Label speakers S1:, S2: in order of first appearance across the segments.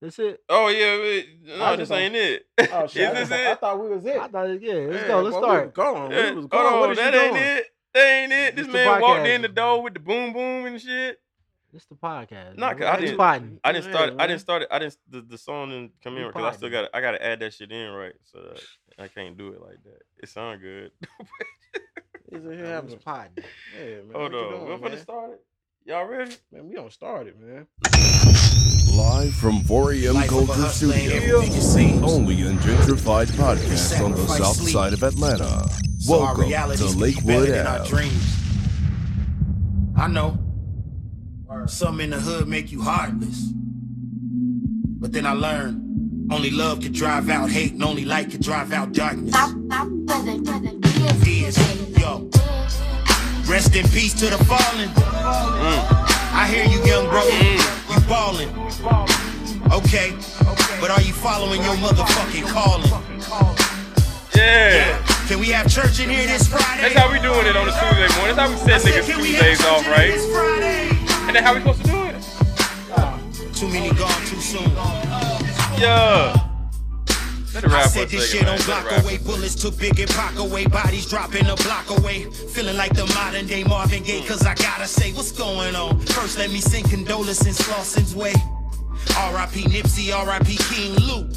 S1: That's it.
S2: Oh yeah, wait,
S3: I
S2: no,
S3: was
S2: this
S3: just on-
S2: ain't it.
S3: Oh shit! I,
S2: Is this
S3: thought- I
S2: it?
S3: thought we was it.
S1: I thought, it- yeah, let's
S2: Yeah,
S1: go. Let's
S2: but
S1: start.
S3: Gone.
S2: Yeah,
S3: We was
S2: Hold
S3: gone. What
S2: on,
S3: is
S2: that
S3: you
S2: ain't
S3: doing?
S2: it. That ain't it. This
S1: It's the
S2: man walked
S1: podcast.
S2: in the door with the boom boom and shit.
S1: It's the podcast.
S2: Nah,
S1: man.
S2: 'cause I
S1: We
S2: didn't-
S1: potting.
S2: I didn't
S1: Yeah,
S2: start. I
S1: man.
S2: didn't start it. I didn't. The, the song didn't come in
S1: You
S2: because I still
S1: potting.
S2: got. I got to add that shit in right. So that I can't do it like that. It sound good.
S1: Yeah,
S3: Is it
S1: we was
S3: happening?
S1: potting.
S3: Yeah, man.
S2: Hold
S3: what you
S2: on. We're
S3: doing,
S2: gonna
S3: man?
S2: start it. Y'all ready?
S3: Man, we don't start it, man.
S4: Live from 4AM
S5: Life of a
S4: Culture
S5: hustler ain't
S4: Studio, Oh,
S5: everything it seems.
S4: only in gentrified podcast on the
S5: Sacrifice
S4: south
S5: sleep.
S4: side of Atlanta.
S5: So our
S4: Welcome to
S5: realities can be
S4: Lakewood
S5: better than our
S4: Ave.
S5: dreams. I know. Some in the hood make you heartless. But then I learned only love can drive out hate and only light can drive out darkness.
S2: Ah.
S5: Is, yo. Rest in peace to the fallen.
S2: Mm.
S5: I hear you, young bro. You ballin'. Okay, but are you following your motherfucking calling?
S2: Yeah.
S5: Can we have church in here this Friday?
S2: That's how we doing it on a Tuesday morning. That's how we set niggas Tuesdays off, right? And that's how we supposed to do it.
S5: Too many gone too soon.
S2: Yeah. Let it
S5: I
S2: ride for
S5: said
S2: a
S5: this
S2: second,
S5: shit
S2: man.
S5: on
S2: Let it
S5: block
S2: ride for a
S5: away. Bullets too big and pock away. Bodies dropping a block away. Feeling like the modern day Marvin Gaye,
S2: Hmm.
S5: cause I gotta say what's going on. First, let me send condolences Lawson's way. R.I.P. Nipsey, R.I.P. King Luke.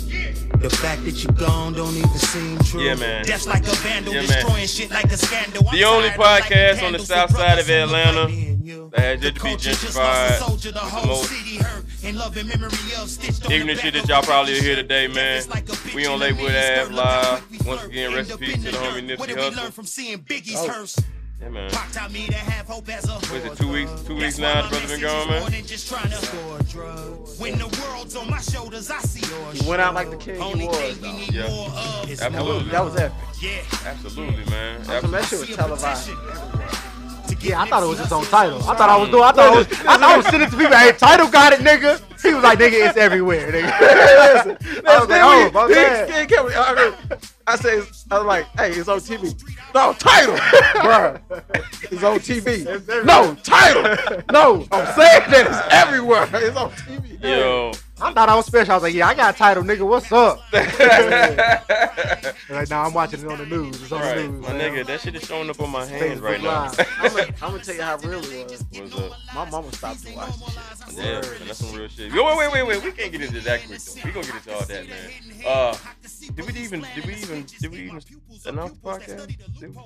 S5: The fact that you gone don't even seem true.
S2: Yeah, man.
S5: Death's like a vandal,
S2: Yeah, man.
S5: destroying shit like a scandal.
S2: The
S5: I'm
S2: only
S5: tired of lighting
S2: podcast on the
S5: candles
S2: south
S5: for
S2: side of
S5: brothers in the
S2: Atlanta
S5: fight, me and you.
S2: that had yet
S5: The
S2: to be
S5: culture just
S2: gentrified
S5: lost a soldier, the
S2: with the
S5: whole
S2: most
S5: city hurt, and love and memory of stitched on the
S2: ignorant shit
S5: back
S2: that
S5: of
S2: y'all
S5: a
S2: probably
S5: t-shirt.
S2: hear today,
S5: Death
S2: man.
S5: is like a bitch
S2: We
S5: in
S2: on
S5: a
S2: Lakewood
S5: mini
S2: Ave
S5: skirt, look how
S2: live.
S5: quick we
S2: Once
S5: flirt,
S2: again,
S5: end
S2: rest in
S5: up
S2: peace
S5: in
S2: to the homie
S5: dirt. What
S2: Nipsey
S5: did we learn
S2: Hussle.
S5: from seeing Biggie's
S3: Oh.
S5: hearse?
S2: Yeah, man.
S5: Pac taught me to have hope as a
S2: What is it,
S5: whore,
S2: two weeks-
S5: dog.
S2: two weeks
S5: That's why
S2: now the
S5: my
S2: brother been
S5: message
S2: gone,
S5: is
S2: man?
S5: more than just trying to score drugs. When the world's on my shoulders, I see your
S3: He went out like the king he
S5: Only
S3: was,
S5: thing we
S3: though.
S5: need
S2: Yeah.
S5: more of is
S2: Absolutely.
S5: more
S3: That was epic.
S5: love. Yeah.
S2: Absolutely, man.
S3: Some
S2: Absolutely.
S3: that shit
S5: See
S3: was
S5: a
S3: televised.
S5: petition to get
S1: Yeah, I thought it
S5: Nipsey
S1: was his own
S5: Hussle's
S1: title.
S5: own
S1: I thought I was doing. I thought I was. I thought I was sending it to people. Hey, title got it, nigga. He was like, nigga, it's everywhere, nigga.
S3: Listen,
S1: I was like, oh, my
S3: he- he-
S1: bad.
S3: he kept- I go- I said, I was like, hey, it's on TV. No title, bruh. It's on TV. No title. No, I'm saying that it's everywhere. It's on TV.
S2: Yo.
S1: I thought I was special. I was like, yeah, I got a title, nigga. What's up?
S2: right,
S1: They're Like, now I'm watching it on the news. It's on the news.
S2: my
S1: man.
S2: nigga, that shit is showing up on my hand
S1: Facebook
S2: right now.
S1: Live.
S3: I'm gonna, I'm gonna tell you how real it was.
S2: What's up?
S3: My mama stopped to watch this shit.
S2: Yeah, man, that's some real shit. Yo, wait, wait, wait, wait. We can't get into that quick though. We gonna get into all that, man. Uh, did we even, did we even, did we even announce the podcast? Did we-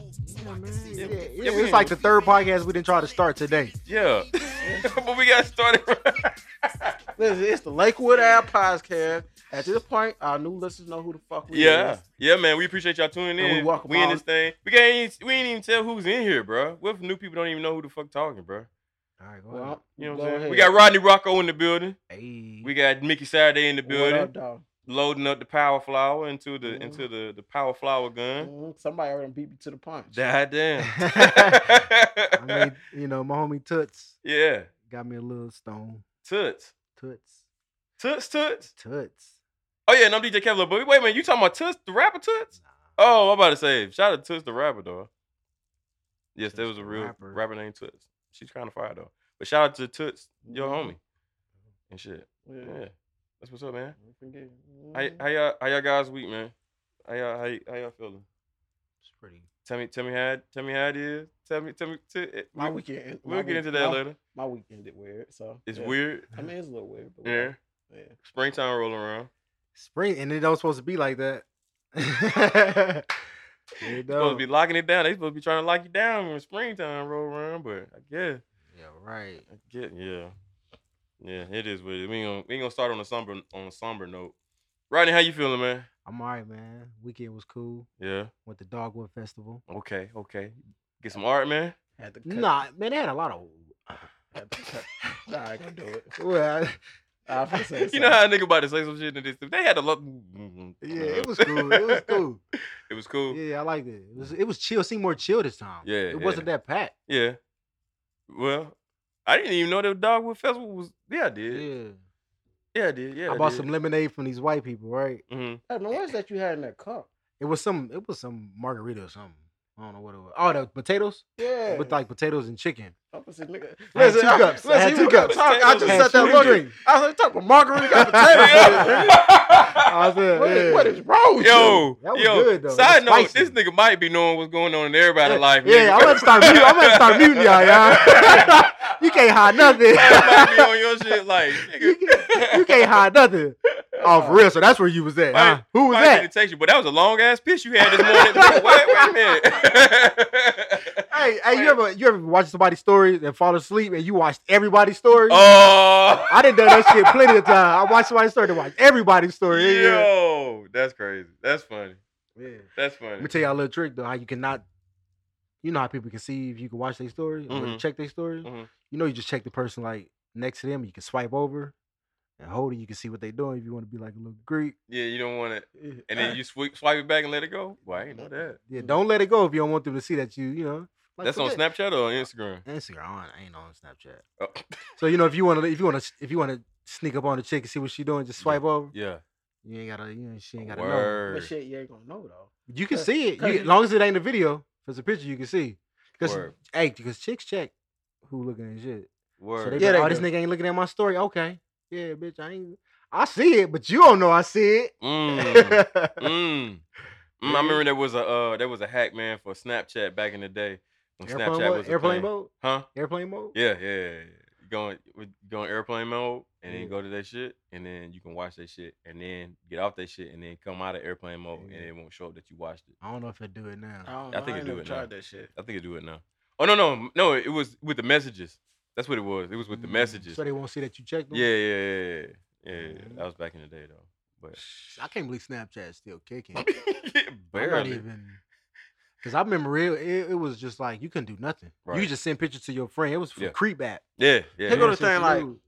S1: Yeah,
S2: Yeah,
S1: yeah,
S2: yeah, we
S1: it's like the third podcast we didn't try to start today.
S2: Yeah, but we got started.
S3: Listen, it's the Lakewood Ave podcast. At this point, our new listeners know who the fuck we
S2: yeah,
S3: is.
S2: yeah, man. We appreciate y'all tuning
S3: And we
S2: in. We,
S3: welcome
S2: in
S3: all-
S2: this thing. We can't. Even, we ain't even tell who's in here, bro. What if new people don't even know who the fuck talking, bro?
S1: All right, go ahead.
S3: Well,
S2: You know
S3: go
S2: what I'm saying?
S3: ahead.
S2: We got Rodney Rocco in the building.
S1: Hey.
S2: We got Mickey Saturday in the
S3: What
S2: building,
S3: up, dog?
S2: loading up the power flower into the
S1: Mm-hmm.
S3: Mhm.
S2: into the the power flower gun.
S3: Mhm, Somebody already beat me to the punch.
S2: God damn.
S1: I made, you know, my homie Toots
S2: yeah,
S1: got me a little stone.
S2: toots,
S1: Toots,
S2: toots, toots.
S1: Toots.
S2: Oh yeah, and I'm DJ Kevlar. But wait a minute, you talking about toots, the rapper toots? Oh, I'm about to say, shout out to Toots the rapper though. Yes, there
S1: Toots
S2: was a
S1: the
S2: real rapper,
S1: rapper.
S2: named Toots. She's kind of fire though. But shout out to Toots, your
S1: Mm-hmm.
S2: homie, and shit.
S3: Yeah.
S2: Yeah, that's what's up, man.
S3: we can get-
S2: How,
S1: Mm-hmm.
S3: mhm.
S2: how y'all how y'all guys week, man? How y'all how, y- how y'all feeling?
S1: It's pretty.
S2: Tell me tell me how it- tell me how it is. Tell me tell me. T- it-
S3: my
S2: we,
S3: weekend. my
S2: we'll get
S3: week-
S2: into that
S3: my,
S2: later.
S3: My weekend did weird, so
S2: It's
S3: yeah.
S2: weird.
S3: I mean, it's a little weird, but
S2: Yeah.
S3: whatever. yeah.
S2: Springtime rolling around.
S1: Spring, and it don't supposed to be like that. it
S2: They supposed
S1: don't.
S2: to be locking it down. They supposed to be trying to lock you down when springtime roll around. But I guess
S1: yeah, right.
S2: I get yeah. Yeah, it is what it is. We ain't gonna, we ain't gonna start on a somber on a somber note. Rodney, how you feeling, man?
S1: I'm all right, man. Weekend was cool.
S2: Yeah.
S1: Went to Dogwood Festival.
S2: Okay, okay. Get some art, man.
S3: Had to cut.
S1: Nah, man, they had a lot of.
S3: Had to cut. nah, I can do it.
S1: Well,
S3: I was gonna say
S2: you know
S3: something.
S2: how a nigga about to say some shit and this they had a lot mm-hmm.
S1: yeah, it
S3: Uh-huh.
S1: was cool. It was cool.
S2: it was cool. Yeah.
S1: Yeah, I liked it. It was, it was chill. Seemed more chill this time.
S2: Yeah,
S1: it wasn't that packed.
S2: Well, I didn't even know that Dogwood Festival was yeah, I
S1: Yeah,
S2: did. Yeah, I did. Yeah.
S1: I bought some lemonade from these white people. Right,
S2: hmm
S3: Hey, man, what is that you had in that cup?
S1: it was some. It was some margarita or something. I don't know what it was. Oh, the potatoes
S3: Yeah.
S1: with like potatoes and chicken.
S3: Opposite nigga.
S1: I had
S3: Listen,
S1: two
S3: I-
S1: cups. I
S3: Listen,
S1: had
S3: you
S1: two
S3: was gonna
S1: cups.
S3: talk, I just
S1: Had
S3: sat there
S1: two
S3: looking.
S1: drinks.
S3: I was like, talking margarita got potatoes.
S1: I said,
S3: What is-
S1: yeah.
S3: What is wrong with you?
S2: Yo,
S1: That was
S2: yo.
S1: good, though.
S2: Side
S1: That's
S2: note:
S1: spicy.
S2: This nigga might be knowing what's going on in everybody's life.
S1: yeah,
S2: nigga.
S1: I'm gonna start. Mute, I'm gonna start muting y'all, y'all. you can't hide nothing.
S2: might be on your shit like
S1: you,
S2: nigga.
S1: can't, you can't hide nothing. Oh, for real. So that's where you was at. huh?
S2: Might-
S1: Who was
S2: might need
S1: that?
S2: to text you, but that was a long ass piss you had this morning. Bro, wait, wait a minute.
S1: Hey, hey, you ever you ever watch somebody's story and fall asleep and you watched everybody's story?
S2: Oh,
S1: I done done that shit plenty of time. I watched somebody's story to watch everybody's story. Yeah.
S2: yo, that's crazy. That's funny.
S1: yeah.
S2: That's
S1: Let
S2: funny.
S1: me tell y'all a little trick though. How you cannot, you know how people can see if you can watch their story or
S2: Mhm.
S1: check their story.
S2: Mhm.
S1: You know, you just check the person like next to them. You can swipe over and hold it. You can see what they doing. If you want to be like a little Greek,
S2: Yeah, you don't want it, and then you swi swipe it back and let it go. Well, I ain't know that.
S1: yeah, don't let it go if you don't want them to see that you, you know. Like,
S2: That's on
S1: forget-
S2: Snapchat or on Instagram.
S1: Instagram. I ain't- I ain't on Snapchat.
S2: Oh.
S1: So you know if you want to if you want to if you want to sneak up on the chick and see what she doing, just swipe over.
S2: Yeah.
S1: You ain't gotta. You ain't, she ain't gotta
S2: Word.
S3: But shit, you ain't gonna know though.
S1: know. You can
S3: Cause-
S1: see it.
S3: cause
S1: You,
S3: you-
S1: as long as it ain't a video, if it's a picture, you can see. Because
S2: Word.
S1: hey, because chicks check who looking at shit. So
S2: Word.
S1: they be
S3: Yeah, they
S1: like, oh, this
S3: do.
S1: nigga ain't looking at my story. Okay, yeah, bitch, I ain't. I see it, but you don't know I see it.
S2: Mm. Mm. Mm, I remember there was a uh, there was a hack man for Snapchat back in the day when
S1: airplane
S2: Snapchat
S1: mode.
S2: was a
S1: Airplane
S2: thing.
S1: mode.
S2: huh?
S1: Airplane mode.
S2: Yeah, yeah, yeah. yeah. You go on, would- go on airplane mode and
S1: Yeah.
S2: then go to that shit, and then you can watch that shit, and then get off that shit, and then come out of airplane mode,
S1: Yeah.
S2: and it won't show up that you watched it.
S1: I don't know if I do it now.
S3: don't
S2: I think
S3: ain't
S2: you do
S3: never
S2: it now.
S3: tried that shit.
S2: I think it do it now. Oh no, no, m- no! It was with the messages. That's what it was. It was with the
S1: Mm,
S2: messages.
S1: so they won't see that you checked them.
S2: Yeah, yeah, yeah, yeah, yeah. yeah.
S1: Mhm.
S2: That was back in the day though. But
S1: I can't believe Snapchat's still kicking. I'm
S2: barely.
S1: not even. Cause I remember it, it, it was just like you couldn't do nothing. You
S2: Right.
S1: could just send pictures to your friend. It was for
S2: Yeah.
S1: creep app.
S2: Yeah, yeah.
S3: Here
S2: yeah.
S3: go
S1: Yeah,
S3: the
S1: shit
S3: thing.
S1: you
S3: Like,
S1: do.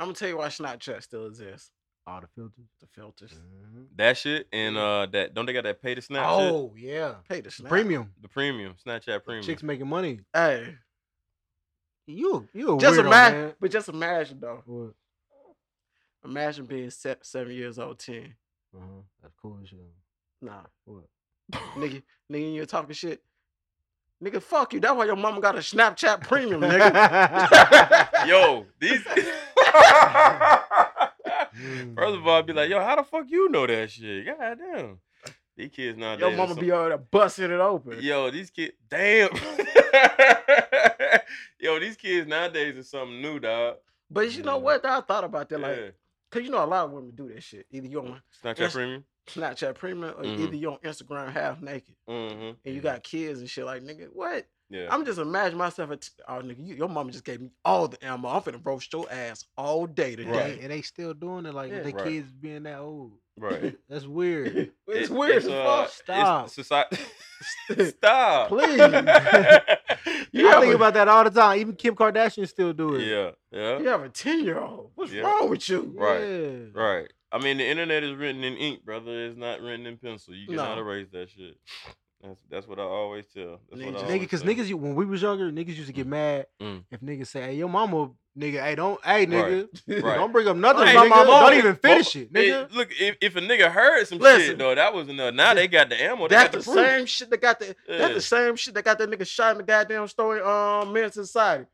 S3: I'm gonna tell you why Snapchat still exists.
S1: all the filters.
S3: The filters.
S1: Mm.
S2: That shit and uh that don't they got that pay to snap shit?
S1: Oh yeah,
S3: Pay the snap.
S1: premium.
S2: The premium, Snapchat premium.
S1: Chicks making money.
S3: Hey,
S1: You you a
S3: just
S1: weirdo,
S3: imagine.
S1: man.
S3: But just imagine though.
S1: What?
S3: Imagine being se- seven years old, ten.
S1: Uh-huh. That's cool as shit.
S3: Nah,
S1: What?
S3: nigga, nigga, you're talking shit. Nigga, fuck you. That's why your mama got a Snapchat premium, nigga.
S2: yo, these First
S1: Mm.
S2: of all, I'd be like, yo, how the fuck you know that shit? God damn. These kids nowadays.
S3: Your
S2: are
S3: mama
S2: so-
S3: be over there busting it open.
S2: Yo, these kids, damn. yo, these kids nowadays is something new, dog.
S3: But you know
S1: Yeah.
S3: what? I thought about that, like,
S2: yeah.
S3: cause you know a lot of women do that shit. Either you on
S2: Snapchat
S3: Yes.
S2: premium.
S3: Snapchat premium, or
S2: Mhm.
S3: either you on Instagram half naked,
S2: Mm-hmm.
S3: and you got kids and shit. Like, nigga, what?
S2: Yeah.
S3: I'm just imagining myself. At oh, nigga, you, your mama just gave me all the ammo. I'm finna roast your ass all day today.
S2: Right.
S1: And they still doing it like
S3: Yeah.
S1: with their
S2: Right.
S1: kids being that old.
S2: right.
S1: That's weird.
S3: It's
S2: It-
S3: weird as
S2: uh,
S3: fuck.
S1: Stop.
S2: It's society. Stop.
S1: Please.
S2: you
S1: I
S3: Yeah,
S1: think
S3: but-
S1: about that all the time. Even Kim Kardashian still do it.
S2: yeah, yeah.
S3: You have a ten year old. What's
S2: Yeah.
S3: wrong with you?
S2: Right.
S1: Yeah.
S2: Right. I mean, the internet is written in ink, brother. It's not written in pencil. You cannot
S3: No.
S2: erase that shit. That's that's what I always tell. That's
S3: Niggas-
S2: what I
S1: Nigga,
S2: always
S1: because
S2: tell.
S1: niggas, you- when we was younger, niggas used to get mad
S2: Oh, Mm.
S1: if niggas say, "Hey, your mama, nigga, hey, don't, hey, nigga,
S2: Right.
S1: don't bring up nothing,
S2: Hey,
S1: about my
S2: nigga,
S1: mama, don't
S2: look,
S1: even finish it,
S2: Hey,
S1: nigga."
S2: look, if, if a nigga heard some shit
S3: Listen.
S2: though, that was enough. Now they got the ammo. They
S3: That's the,
S2: got the, proof.
S3: same shit that got the that's
S2: Yeah.
S3: the same shit that got that nigga shot in the goddamn story um men's society.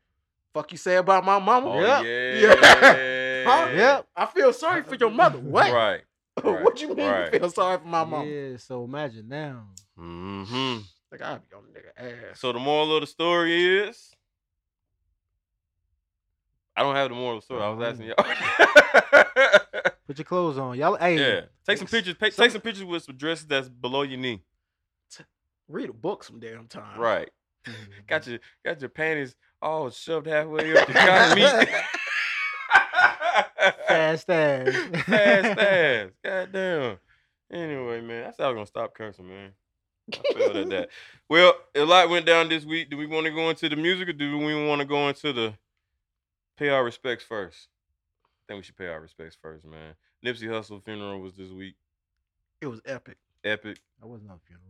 S3: Fuck you say about my mama?
S2: Oh,
S1: Yeah.
S2: yeah.
S3: Huh?
S1: Yep.
S3: I feel sorry for your mother. What?
S2: Right. right,
S3: what you mean
S2: right.
S3: you feel sorry for my mama?
S1: Yeah. So imagine now.
S2: hmm
S3: Like I be on nigga ass.
S2: So the moral of the story is, I don't have the moral of the story. I was asking y'all.
S1: Put your clothes on, y'all. Hey,
S2: yeah. Take some pictures. pa- Take Mm. some pictures with some dresses that's below your knee.
S3: Read a book some damn time.
S2: Right. Got your got your panties all shoved halfway up the cock meat.
S1: fast ass.
S2: fast, fast. God damn. Anyway, man, I said I was gonna stop cursing, man. I failed at that. Well, a lot went down this week. Do we want to go into the music or do we want to go into the pay our respects first? I think we should pay our respects first, man. Nipsey Hussle funeral was this week.
S3: It was epic.
S2: Epic,
S1: That was no funeral.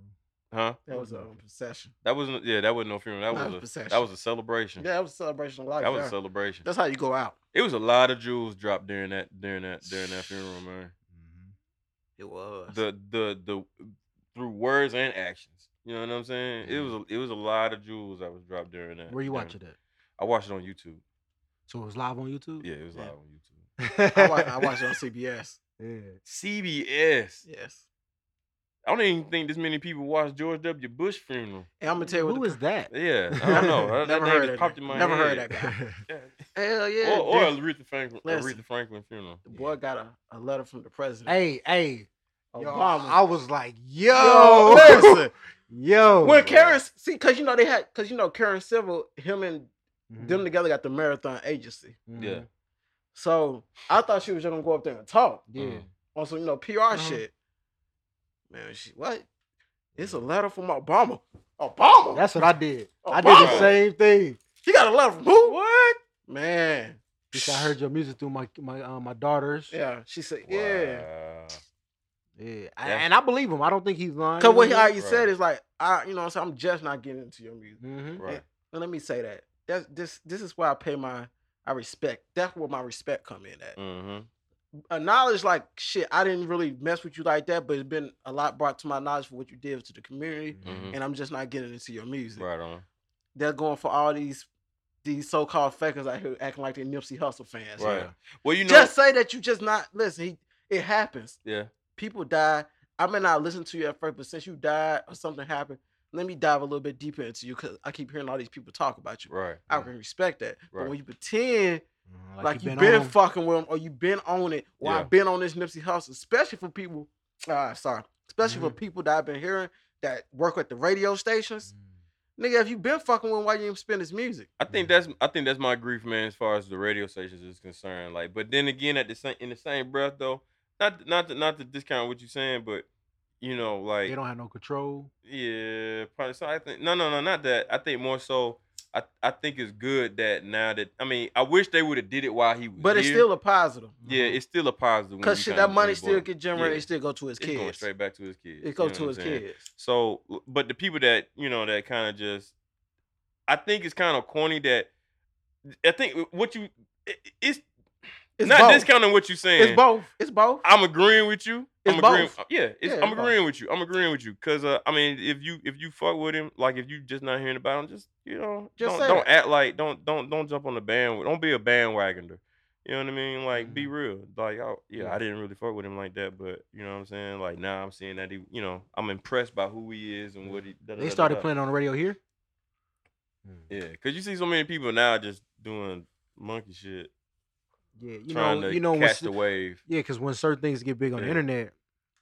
S2: huh?
S3: That was a um, procession.
S2: That wasn't yeah, that wasn't no funeral.
S3: That
S2: Mm-hmm. That
S3: was
S2: was a
S3: possession.
S2: that was a celebration.
S3: Yeah, that was a celebration of life.
S2: That was
S3: yeah.
S2: a celebration.
S3: That's how you go out.
S2: It was a lot of jewels dropped during that during that during that funeral, man.
S1: Mm-hmm.
S3: It was.
S2: The the the through words and actions. You know what I'm saying? It was a, it was a lot of jewels I was dropped during that.
S1: Where you
S2: during-
S1: watch it at?
S2: I watched it on YouTube.
S1: So it was live on YouTube.
S2: Yeah, it was
S1: Yeah.
S2: live on YouTube.
S3: I watch, I watch it on CBS.
S1: Yeah.
S2: CBS.
S3: Yes.
S2: I don't even think this many people watched George W. Bush funeral.
S3: And I'm gonna tell you what.
S1: Who
S3: the-
S1: is that?
S2: Yeah, I don't know. That- that
S3: Never
S2: name
S3: heard
S2: just
S3: of
S2: popped
S3: that.
S2: in my
S3: Never
S2: head.
S3: heard of that guy.
S2: Yeah.
S3: Hell
S2: Or,
S3: yeah.
S2: or
S3: dude.
S2: Aretha Franklin,
S3: Listen.
S2: Aretha Franklin funeral.
S3: the boy got a, a letter from the president.
S1: hey, hey.
S3: Yo,
S1: Obama. I was like,
S3: Yo,
S1: yo,
S3: listen.
S2: Oh,
S1: yo.
S3: When Karen, see, cause you know they had, cause you know Karen Civil, him and
S1: Mhm,
S3: them together got the marathon agency.
S2: Yeah.
S1: mhm,
S3: So I thought she was just gonna go up there and talk
S1: yeah.
S2: Mhm.
S3: on some, you know, PR shit. Man, she what? It's a
S2: Yeah.
S3: letter from Obama. Obama.
S1: That's what I did. I did
S3: Obama?
S1: the same thing.
S3: She got a letter from who? What? Man.
S1: Just I heard your music through my my uh, my daughters.
S3: Yeah, she said, yeah.
S2: Wow.
S1: Yeah. I-
S2: Yeah.
S1: and I believe him. I don't think he's lying.
S3: Cause what he, how
S2: Right.
S3: said is like, I, you know, what I'm saying I'm just not getting into your music.
S1: hmm
S2: Right.
S3: And let me say that. That's this. This is where I pay my, I respect. That's where my respect come in at.
S2: Mm-hmm.
S3: acknowledge like shit. I didn't really mess with you like that, but it's been a lot brought to my knowledge for what you did to the community,
S2: Mhm.
S3: and I'm just not getting into your music.
S2: Right on.
S3: They're going for all these these so called fakers out here acting like they're Nipsey Hustle fans.
S2: Right. Well, you know.
S3: Just say that you just not listen. He, it happens.
S2: yeah.
S3: People die. I may not listen to you at first, but since you died or something happened, let me dive a little bit deeper into you because I keep hearing all these people talk about you.
S2: Right.
S3: I can respect that, but
S2: Right.
S3: when you pretend
S1: Mhm,
S3: like, you've
S1: you
S3: been,
S1: on him.
S3: fucking with him or you've been on it or
S2: Yeah.
S3: I've been on this Nipsey Hustle, especially for people. Uh, sorry, especially for people that I've been hearing that work at the radio
S1: Mm.
S3: stations. Nigga, if you've been fucking with him, why you even spin his music?
S2: I think that's I think that's my grief, man, as far as the radio stations is concerned. Like, but then again, at the same in the same breath, though, not not to, not to discount what you're saying, but you know, like
S1: They don't have no control.
S2: Yeah, probably. So I think no, no, no, not that. I think more so. I I think it's good that now that I mean, I wish they would have did it while he was.
S3: But it's
S2: here.
S3: still a positive.
S2: yeah, it's still a positive. when
S3: Cause
S2: you
S3: shit,
S2: kinda
S3: that money
S2: think
S3: still
S2: about it.
S3: get generated.
S2: Yeah,
S3: It still go to his
S2: it's going
S3: kids.
S2: straight back to his kids.
S3: it goes
S2: you know
S3: to
S2: what
S3: his
S2: I'm saying?
S3: kids.
S2: So, but the people that you know that kind of just, I think it's kind of corny that, I think what you, it, it's,
S3: It's
S2: not
S3: both.
S2: discounting what you're saying.
S3: It's both. It's both.
S2: I'm agreeing with you.
S3: It's
S2: I'm agreeing. uh,
S3: both.
S2: Yeah, it's,
S3: Yeah,
S2: I'm
S3: it's both.
S2: agreeing with you. I'm agreeing with you because uh, I mean, if you if you fuck with him, like if you just not hearing about him, just you know,
S3: Just
S2: don't,
S3: say
S2: don't
S3: that.
S2: act like don't don't don't jump on the band. Don't be a bandwagoner. You know what I mean? Like be
S1: Mm-hmm.
S2: real. Like I, yeah, I didn't really fuck with him like that, but you know what I'm saying. Like now I'm seeing that he, you know, I'm impressed by who he is and what he. da- da- da-
S1: They
S2: da-
S1: started
S2: da.
S1: playing on the radio here.
S2: Yeah, because you see so many people now just doing monkey shit,
S1: Yeah, you
S2: trying
S1: know,
S2: to
S1: you know, when,
S2: catch
S1: s-
S2: the wave.
S1: yeah, because when certain things get big on the
S2: Yeah.
S1: internet,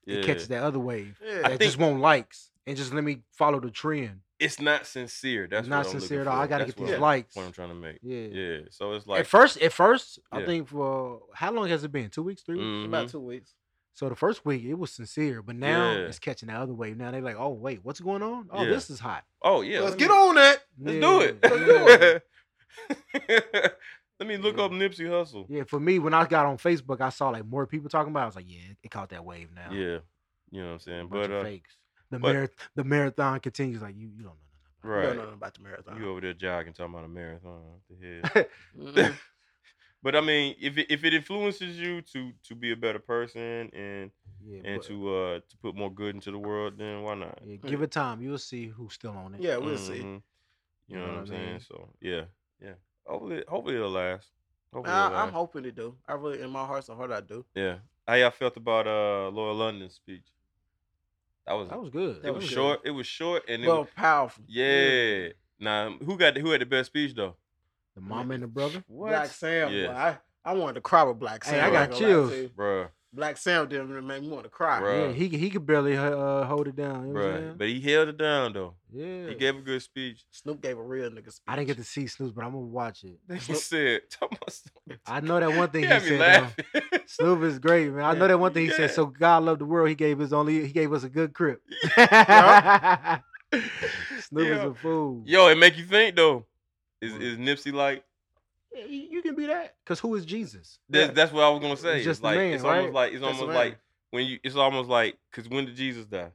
S2: Yeah.
S1: it catches that other wave
S3: Yeah.
S1: that
S2: think-
S1: just won't likes and just let me follow the trend.
S2: it's not sincere. That's
S1: not
S2: what I'm
S1: sincere at
S2: looking
S1: all. I
S2: for.
S1: gotta
S2: That's
S1: get
S2: what
S1: these
S2: I'm-
S1: likes.
S2: What I'm trying to make.
S1: Yeah.
S2: Yeah. So it's
S1: at
S2: like
S1: first, at first, I
S2: Yeah.
S1: think for how long has it been? Two weeks, 3 weeks.
S2: mhm,
S3: About two weeks.
S1: So the first week it was sincere, but now
S2: Yeah.
S1: it's catching the other wave. Now they're like, oh wait, what's going on? Oh,
S2: Yeah.
S1: this is hot.
S2: Oh yeah.
S3: Let's
S2: let
S3: get
S2: me-
S3: on that.
S2: Let's
S1: Yeah,
S2: do it.
S1: yeah.
S2: let me look up Nipsey Hustle.
S1: Yeah, for me, when I got on Facebook, I saw like more people talking about. it. I was like, yeah, it caught that wave now.
S2: Yeah. You know what I'm saying?
S1: bunch
S2: But
S1: of
S2: uh,
S1: fakes. The
S2: but-
S1: marath- the marathon continues. Like you, you don't know. nothing
S3: You
S2: right.
S3: don't know nothing about the marathon.
S2: You over there jogging talking about a marathon. What the hell?
S3: Mhm.
S2: but I mean, if it, if it influences you to to be a better person
S1: about
S2: and
S1: it. Yeah,
S2: and
S1: but-
S2: to uh to put more good into the world, then why not?
S1: yeah, give it time. You'll see who's still on it.
S3: yeah, we'll see.
S2: Mhm. You know what I'm saying? So yeah, yeah. Hopefully, hopefully it'll last. Hopefully it'll
S3: I,
S2: last.
S3: I'm hoping to do. I really, in my heart's and heart, I do.
S2: Yeah. How y'all felt about uh Laura London's speech? That was,
S1: that was good.
S2: it
S3: that
S2: was,
S3: was good.
S2: short. It was short and it
S3: Well,
S2: was,
S3: powerful.
S2: yeah. Nah, who got the, who had the best speech though?
S1: The mama and the brother.
S3: Black Sam.
S2: Yes.
S3: boy, I, I wanted to cry with Black Sam.
S1: Hey,
S2: I
S3: I'm
S2: got
S3: not gonna lie to
S1: chills.
S3: you.
S2: Bruh,
S3: Black Sam didn't really make me want to cry.
S2: Bruh.
S1: Yeah, he he could barely uh, hold it down. You know what I'm
S2: bruh.
S1: saying?
S2: But he held it down though.
S1: yeah.
S2: He gave a good speech.
S3: Snoop gave a real nigga speech.
S1: I didn't get to see Snoop, but I'm gonna watch it.
S2: He said, "Tell my son-
S1: I know that one thing
S2: He
S1: he
S2: had me
S1: said. though.
S2: laughing.
S1: Snoop is great, man. I
S2: Yeah.
S1: know that one thing he
S2: Yeah.
S1: said. So God loved the world. He gave his only. He gave us a good crip. Snoop is
S2: Yeah.
S1: a fool.
S2: Yo, it make you think though. Is
S1: What?
S2: is Nipsey like?
S1: Yeah, You you can be that. Cause who is Jesus?
S2: That's, that's what I was gonna say. It's
S1: just a
S2: like
S1: man,
S2: it's almost
S1: right?
S2: like it's
S3: Just a
S2: almost
S3: man.
S2: like when you. It's almost like because when did Jesus die?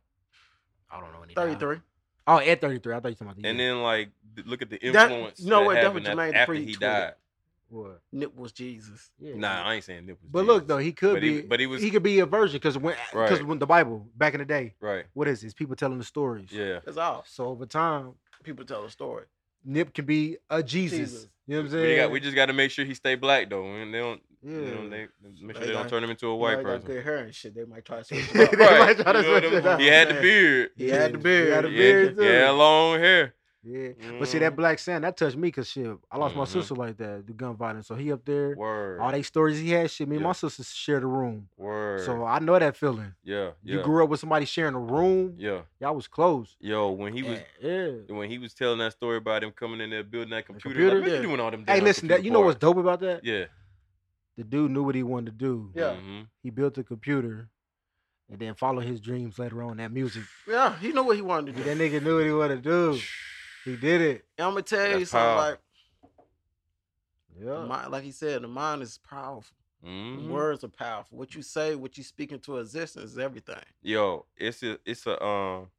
S1: I don't know any.
S3: 33.
S1: Oh, at 33. I thought you were talking about the
S2: And
S1: year.
S2: then like th- look at the
S3: That-
S2: influence.
S3: you know
S2: that
S3: what, that
S2: happened
S3: was
S2: af-
S3: Jermaine
S2: after
S3: Dupri
S2: he
S3: tweeted.
S2: died.
S1: What?
S3: Nip was Jesus.
S1: Yeah.
S2: Nah, I ain't saying nipples.
S1: But look though, he could
S2: but
S1: be.
S2: he, but he was
S1: he could be a version because when because
S2: Right.
S1: when the Bible back in the day,
S2: right.
S1: what is it? It's people telling the stories.
S2: Yeah,
S3: That's all.
S1: So over time,
S3: People tell a story.
S1: Nip can be a Jesus.
S3: Jesus.
S1: You know what I'm saying?
S2: we, got, we just got to make sure he stay black though, and they don't.
S1: yeah.
S2: You know, they make sure
S3: They
S2: they don't
S3: got-
S2: turn him into a white
S3: you know, he got
S2: person.
S3: good hair and shit. They might try to switch
S1: They
S3: it up.
S1: might
S2: Right.
S1: try to
S2: You know
S1: switch it
S2: them-
S1: up.
S2: He had the
S3: man.
S2: beard.
S3: He had the beard.
S1: He had the
S2: Yeah,
S1: beard, too.
S2: yeah, long hair.
S1: Yeah. But see
S2: Mm-hmm.
S1: that Black Sand, that touched me because shit, I lost my
S2: Mhm.
S1: sister like that, the gun violence. So he up there,
S2: word.
S1: all they stories he had, shit. Me and
S2: Yeah.
S1: my sister shared a room,
S2: word.
S1: so I know that feeling.
S2: yeah, yeah,
S1: You grew up with somebody sharing a room,
S2: yeah.
S1: y'all was close. Eh,
S2: Yo, when he was
S1: Yeah.
S2: when he was telling that story about him coming in there building that computer,
S1: computer,
S2: like, "Man,
S3: yeah.
S2: you doing all them.
S1: Hey,
S2: damn
S1: listen, that
S2: computer
S1: you know what's
S2: parts."
S1: dope about that?
S2: Yeah,
S1: The dude knew what he wanted to do.
S3: Yeah.
S2: Mhm.
S1: He built a computer, and then followed his dreams later on. That music,
S3: Yeah, he knew what he wanted to do.
S1: that nigga knew what he wanted to do. He did it.
S3: I'm gonna tell you
S2: That's
S3: something.
S2: powerful.
S3: Like, the
S1: Yeah.
S3: mind, like he said, the mind is powerful.
S2: Mhm.
S3: Words are powerful. What you say, what you speak into existence is everything.
S2: Yo, it's a it's a um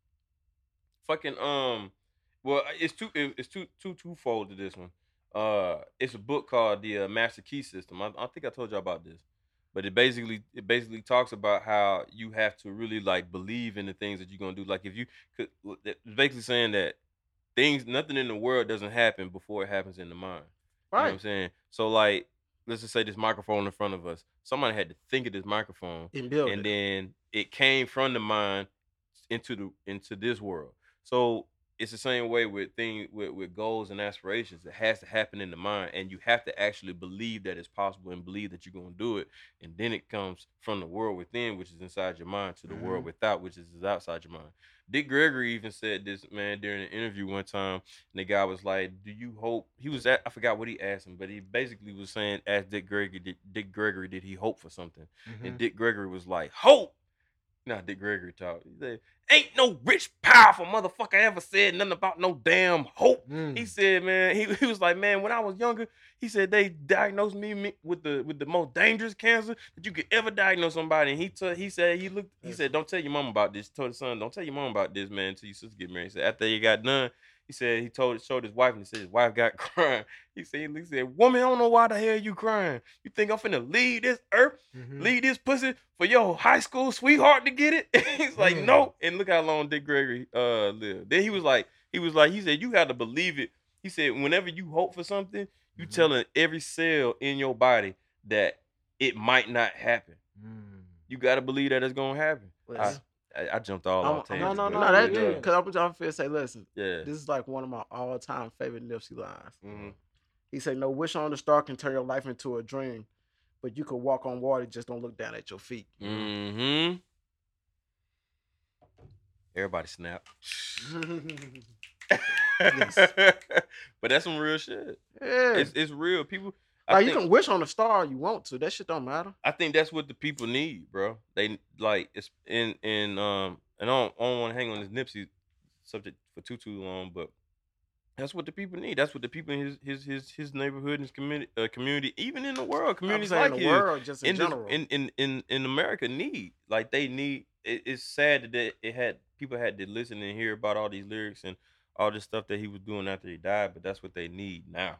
S2: fucking um well it's two it- it's two two twofold to this one. Uh it's a book called the uh, Master Key System. I, I think I told you all about this. But it basically it basically talks about how you have to really like believe in the things that you're going to do. Like if you could it's basically saying that things nothing in the world doesn't happen before it happens in the mind. You know what I'm saying? So like let's just say this microphone in front of us. Somebody had to think of this microphone
S3: And build
S2: and
S3: it.
S2: then it came from the mind into the into this world. So it's the same way with thing with, with goals and aspirations. It has to happen in the mind, and you have to actually believe that it's possible and believe that you're going to do it. And then it comes from the world within, which is inside your mind, to the world
S3: Mm-hmm.
S2: without, which is outside your mind. Dick Gregory even said this man during an interview one time, and the guy was like, "Do you hope?" He was at I forgot what he asked him, but he basically was saying, "Ask Dick Gregory, did, Dick Gregory, did he hope for something?"
S1: Mm-hmm.
S2: And Dick Gregory was like, Hope. Now Dick Gregory talked. He said, Ain't no rich, powerful motherfucker ever said nothing about no damn hope.
S1: Mhm.
S2: He said, man, he, he was like, man, when I was younger, he said they diagnosed me mi- with the with the most dangerous cancer that you could ever diagnose somebody. And he took he said he looked he said, Don't tell your mom about this. He told his son, Don't tell your mom about this, man, until your sister get married. He said, after you got done, he said he told showed his wife and he said his wife got crying. He said, he looked- said, Woman, I don't know why the hell you crying. You think I'm finna leave this earth?
S3: Mm-hmm.
S1: Mhm.
S2: leave this pussy for your high school sweetheart to get it? He's like,
S1: Yeah.
S2: no. And look how long Dick Gregory uh lived. Then he was like, he was like, he said, you got to believe it. He said, whenever you hope for something, you
S1: Mhm.
S3: Mm-hmm.
S2: telling every cell in your body that it might not happen.
S1: Mm.
S2: You got to believe that it's gonna happen.
S3: Listen,
S2: I, I jumped all
S3: I'm-
S2: off
S3: I'm-
S2: tangents.
S1: no,
S2: but-
S3: no, that
S1: yeah.
S3: dude. Because I'm just gonna say, listen,
S2: yeah.
S3: this is like one of my all-time favorite Nipsey lines.
S2: Mhm.
S3: He said, "No wish on the star can turn your life into a dream, but you can walk on water. Just don't look down at your feet."
S2: Mm-hmm. Everybody snap. but that's some real shit.
S3: Yeah,
S2: It's, it's real. People I
S3: like you
S2: think-
S3: can wish on a star you want to. That shit don't matter.
S2: I think that's what the people need, bro. They like it's in in um and I don't, I don't want to hang on this Nipsey subject for too too long, but that's what the people need. That's what the people in his his his, his neighborhood and his community uh, community, even in the world,
S3: I'm
S2: communities
S3: saying
S2: like
S3: the
S2: his,
S3: world, just in,
S2: in, this-
S3: general.
S2: in in in in America need like they need. It, it's sad that it had people had to listen and hear about all these lyrics and all this stuff that he was doing after he died, but that's what they need now.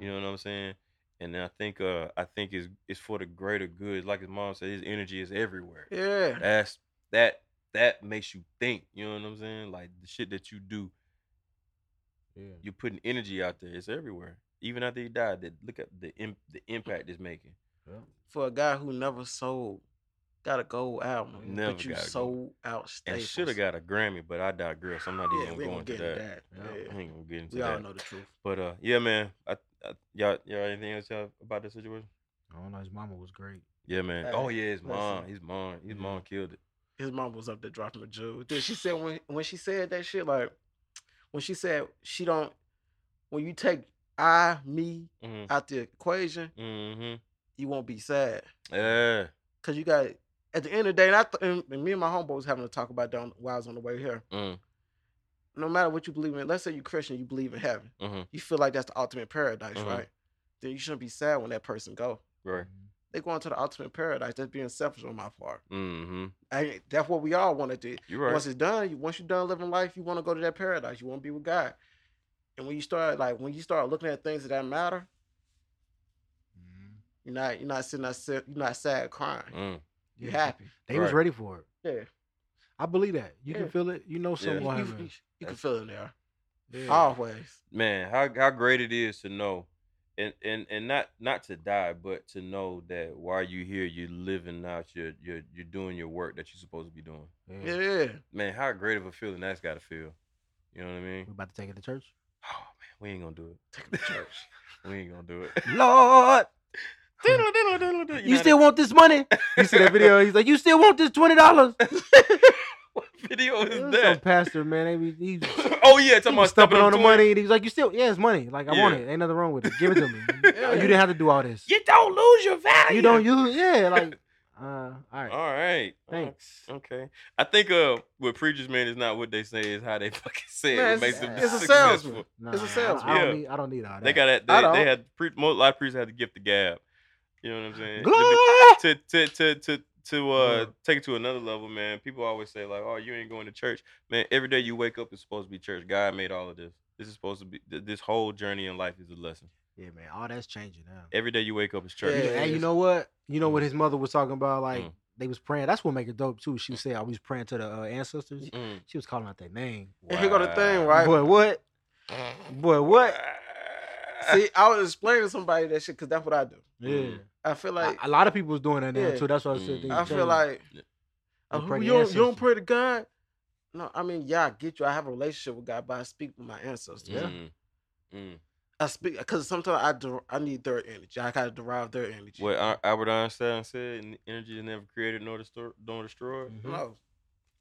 S2: You know what I'm saying? And I think uh I think it's it's for the greater good. Like his mom said, his energy is everywhere.
S3: yeah,
S2: That's that that makes you think. You know what I'm saying? Like the shit that you do,
S1: Mm-hmm. Yeah.
S2: you're putting energy out there. It's everywhere. Even after he died, that look at the im- the impact it's making.
S3: for a guy who never sold, got a gold album,
S2: Never
S3: but you
S2: got a gold-
S3: sold out
S2: And
S3: staples.
S2: should have got a Grammy, but I digress. I'm not
S3: Yeah,
S2: even
S3: we ain't
S2: going
S3: gonna
S2: to
S3: get
S2: that.
S3: into that.
S1: Yeah.
S2: I ain't gonna get into
S3: We all
S2: that.
S3: know the truth.
S2: But uh, yeah, man. I, I y'all y'all anything else y'all about this situation?
S1: I don't know. His mama was great.
S2: Yeah, man.
S3: Hey,
S2: oh yeah, his
S3: listen. Mm-hmm.
S2: mom. His mom. His
S1: Yeah.
S2: mom killed it.
S3: His mom was up there dropping a jewel. Dude, she said when when she said that shit, like when she said she don't, when you take I me
S2: Mm-hmm.
S3: out the equation,
S2: mm-hmm.
S3: you won't be sad.
S2: Yeah.
S3: Cause you got at the end of the day, and I th- and, and me and my homeboy was having to talk about down while I was on the way here.
S2: Mm,
S3: No matter what you believe in, let's say you're Christian, you believe in heaven.
S2: mm-hmm.
S3: You feel like that's the ultimate paradise,
S2: Mhm.
S3: right? Then you shouldn't be sad when that person go.
S2: Right.
S3: They going to the ultimate paradise. That's being selfish on my part.
S2: Mm-hmm.
S3: I, that's what we all want to do.
S2: You're right.
S3: Once it's done, you once you're done living life, you want to go to that paradise. You want to be with God. And when you start like when you start looking at things that matter,
S2: Mm-hmm.
S3: You're not you're not sitting out si- you're not sad crying.
S2: Mm.
S3: You're
S1: Yeah.
S3: happy.
S1: They was
S2: Right.
S1: ready for it.
S3: Yeah.
S1: I believe that. You
S3: Yeah.
S1: can feel it. You know
S2: Yeah.
S1: someone.
S3: You-
S1: has it.
S3: You can feel it there.
S1: Yeah.
S3: Always.
S2: Man, how how great it is to know, and and and not not to die, but to know that while you here, you're living out your your you're doing your work that you're supposed to be doing.
S1: Yeah.
S3: Yeah.
S2: Man, how great of a feeling that's got to feel. You know what I mean?
S1: We about to take it to church.
S2: Oh man, we ain't gonna do it.
S3: Take 'em to church.
S2: We ain't gonna do it.
S1: Lord,
S2: Diddle, diddle, diddle, diddle.
S1: you
S2: know
S1: still want this money? You see that video? He's like, you still want this twenty dollars?
S2: what video is
S1: Some
S2: that?
S1: pastor man, they be, he, he
S2: oh yeah, talking
S1: was
S2: about
S1: stumping on the
S2: 20.
S1: money, and he's like, you still? Yeah, it's money. Like I want
S2: Yeah.
S1: it. Ain't nothing wrong with it. Give it to me.
S3: Yeah.
S1: You didn't have to do all this.
S2: You don't lose your value.
S1: You don't use. Yeah, like, uh, all right.
S2: All right. All right.
S1: Thanks.
S2: Okay. I think uh, what preachers mean is not what they say is how they fucking say it.
S3: Man,
S2: What
S3: it's-
S2: makes them
S3: it's a
S2: successful.
S3: salesman.
S1: Nah,
S3: It's a
S1: I-
S3: salesman.
S1: I, don't
S2: Yeah.
S1: need. I don't need all that.
S2: They got that.
S3: I
S2: They, they
S3: don't.
S2: had pre- most a lot of preachers had to gift the gab. You know what I'm saying?
S1: Glory.
S2: To to to to to uh
S1: Yeah.
S2: take it to another level, man. People always say like, "Oh, you ain't going to church, man." Every day you wake up is supposed to be church. God made all of this. This is supposed to be. th- This whole journey in life is a lesson.
S1: Yeah, man. All that's changing now.
S2: Every day you wake up is
S1: You
S2: church.
S1: know-
S3: Yeah,
S1: and you
S3: it's-
S1: know what? You know
S2: Mm.
S1: what his mother was talking about? Like
S2: Mm.
S1: they was praying. That's what make it dope too. She said, "I was praying to the uh, ancestors."
S2: Mm.
S1: She was calling out their name.
S3: And here go the thing,
S2: Wow.
S3: right?
S1: Boy, what? Boy, what?
S3: See, I was explaining to somebody that shit because that's what I do.
S1: Yeah.
S2: Mm.
S3: I feel like
S1: a, a lot of people was doing that now
S3: Yeah.
S1: too. That's why I said.
S2: Mm.
S1: things
S3: I
S1: changing.
S3: feel like
S2: Yeah.
S3: uh,
S1: You pray
S3: who-
S1: to
S3: you, don't, you don't
S1: ancestors.
S3: pray to God. No, I mean, yeah, I get you. I have a relationship with God, but I speak with my ancestors.
S1: Yeah.
S2: Mm. Mm.
S3: I speak because sometimes I do. I need their energy. I gotta derive their energy.
S2: What Al- Albert Einstein said: "N- "Energy is never created nor, destor- nor destroyed."
S1: Mhm.
S3: No,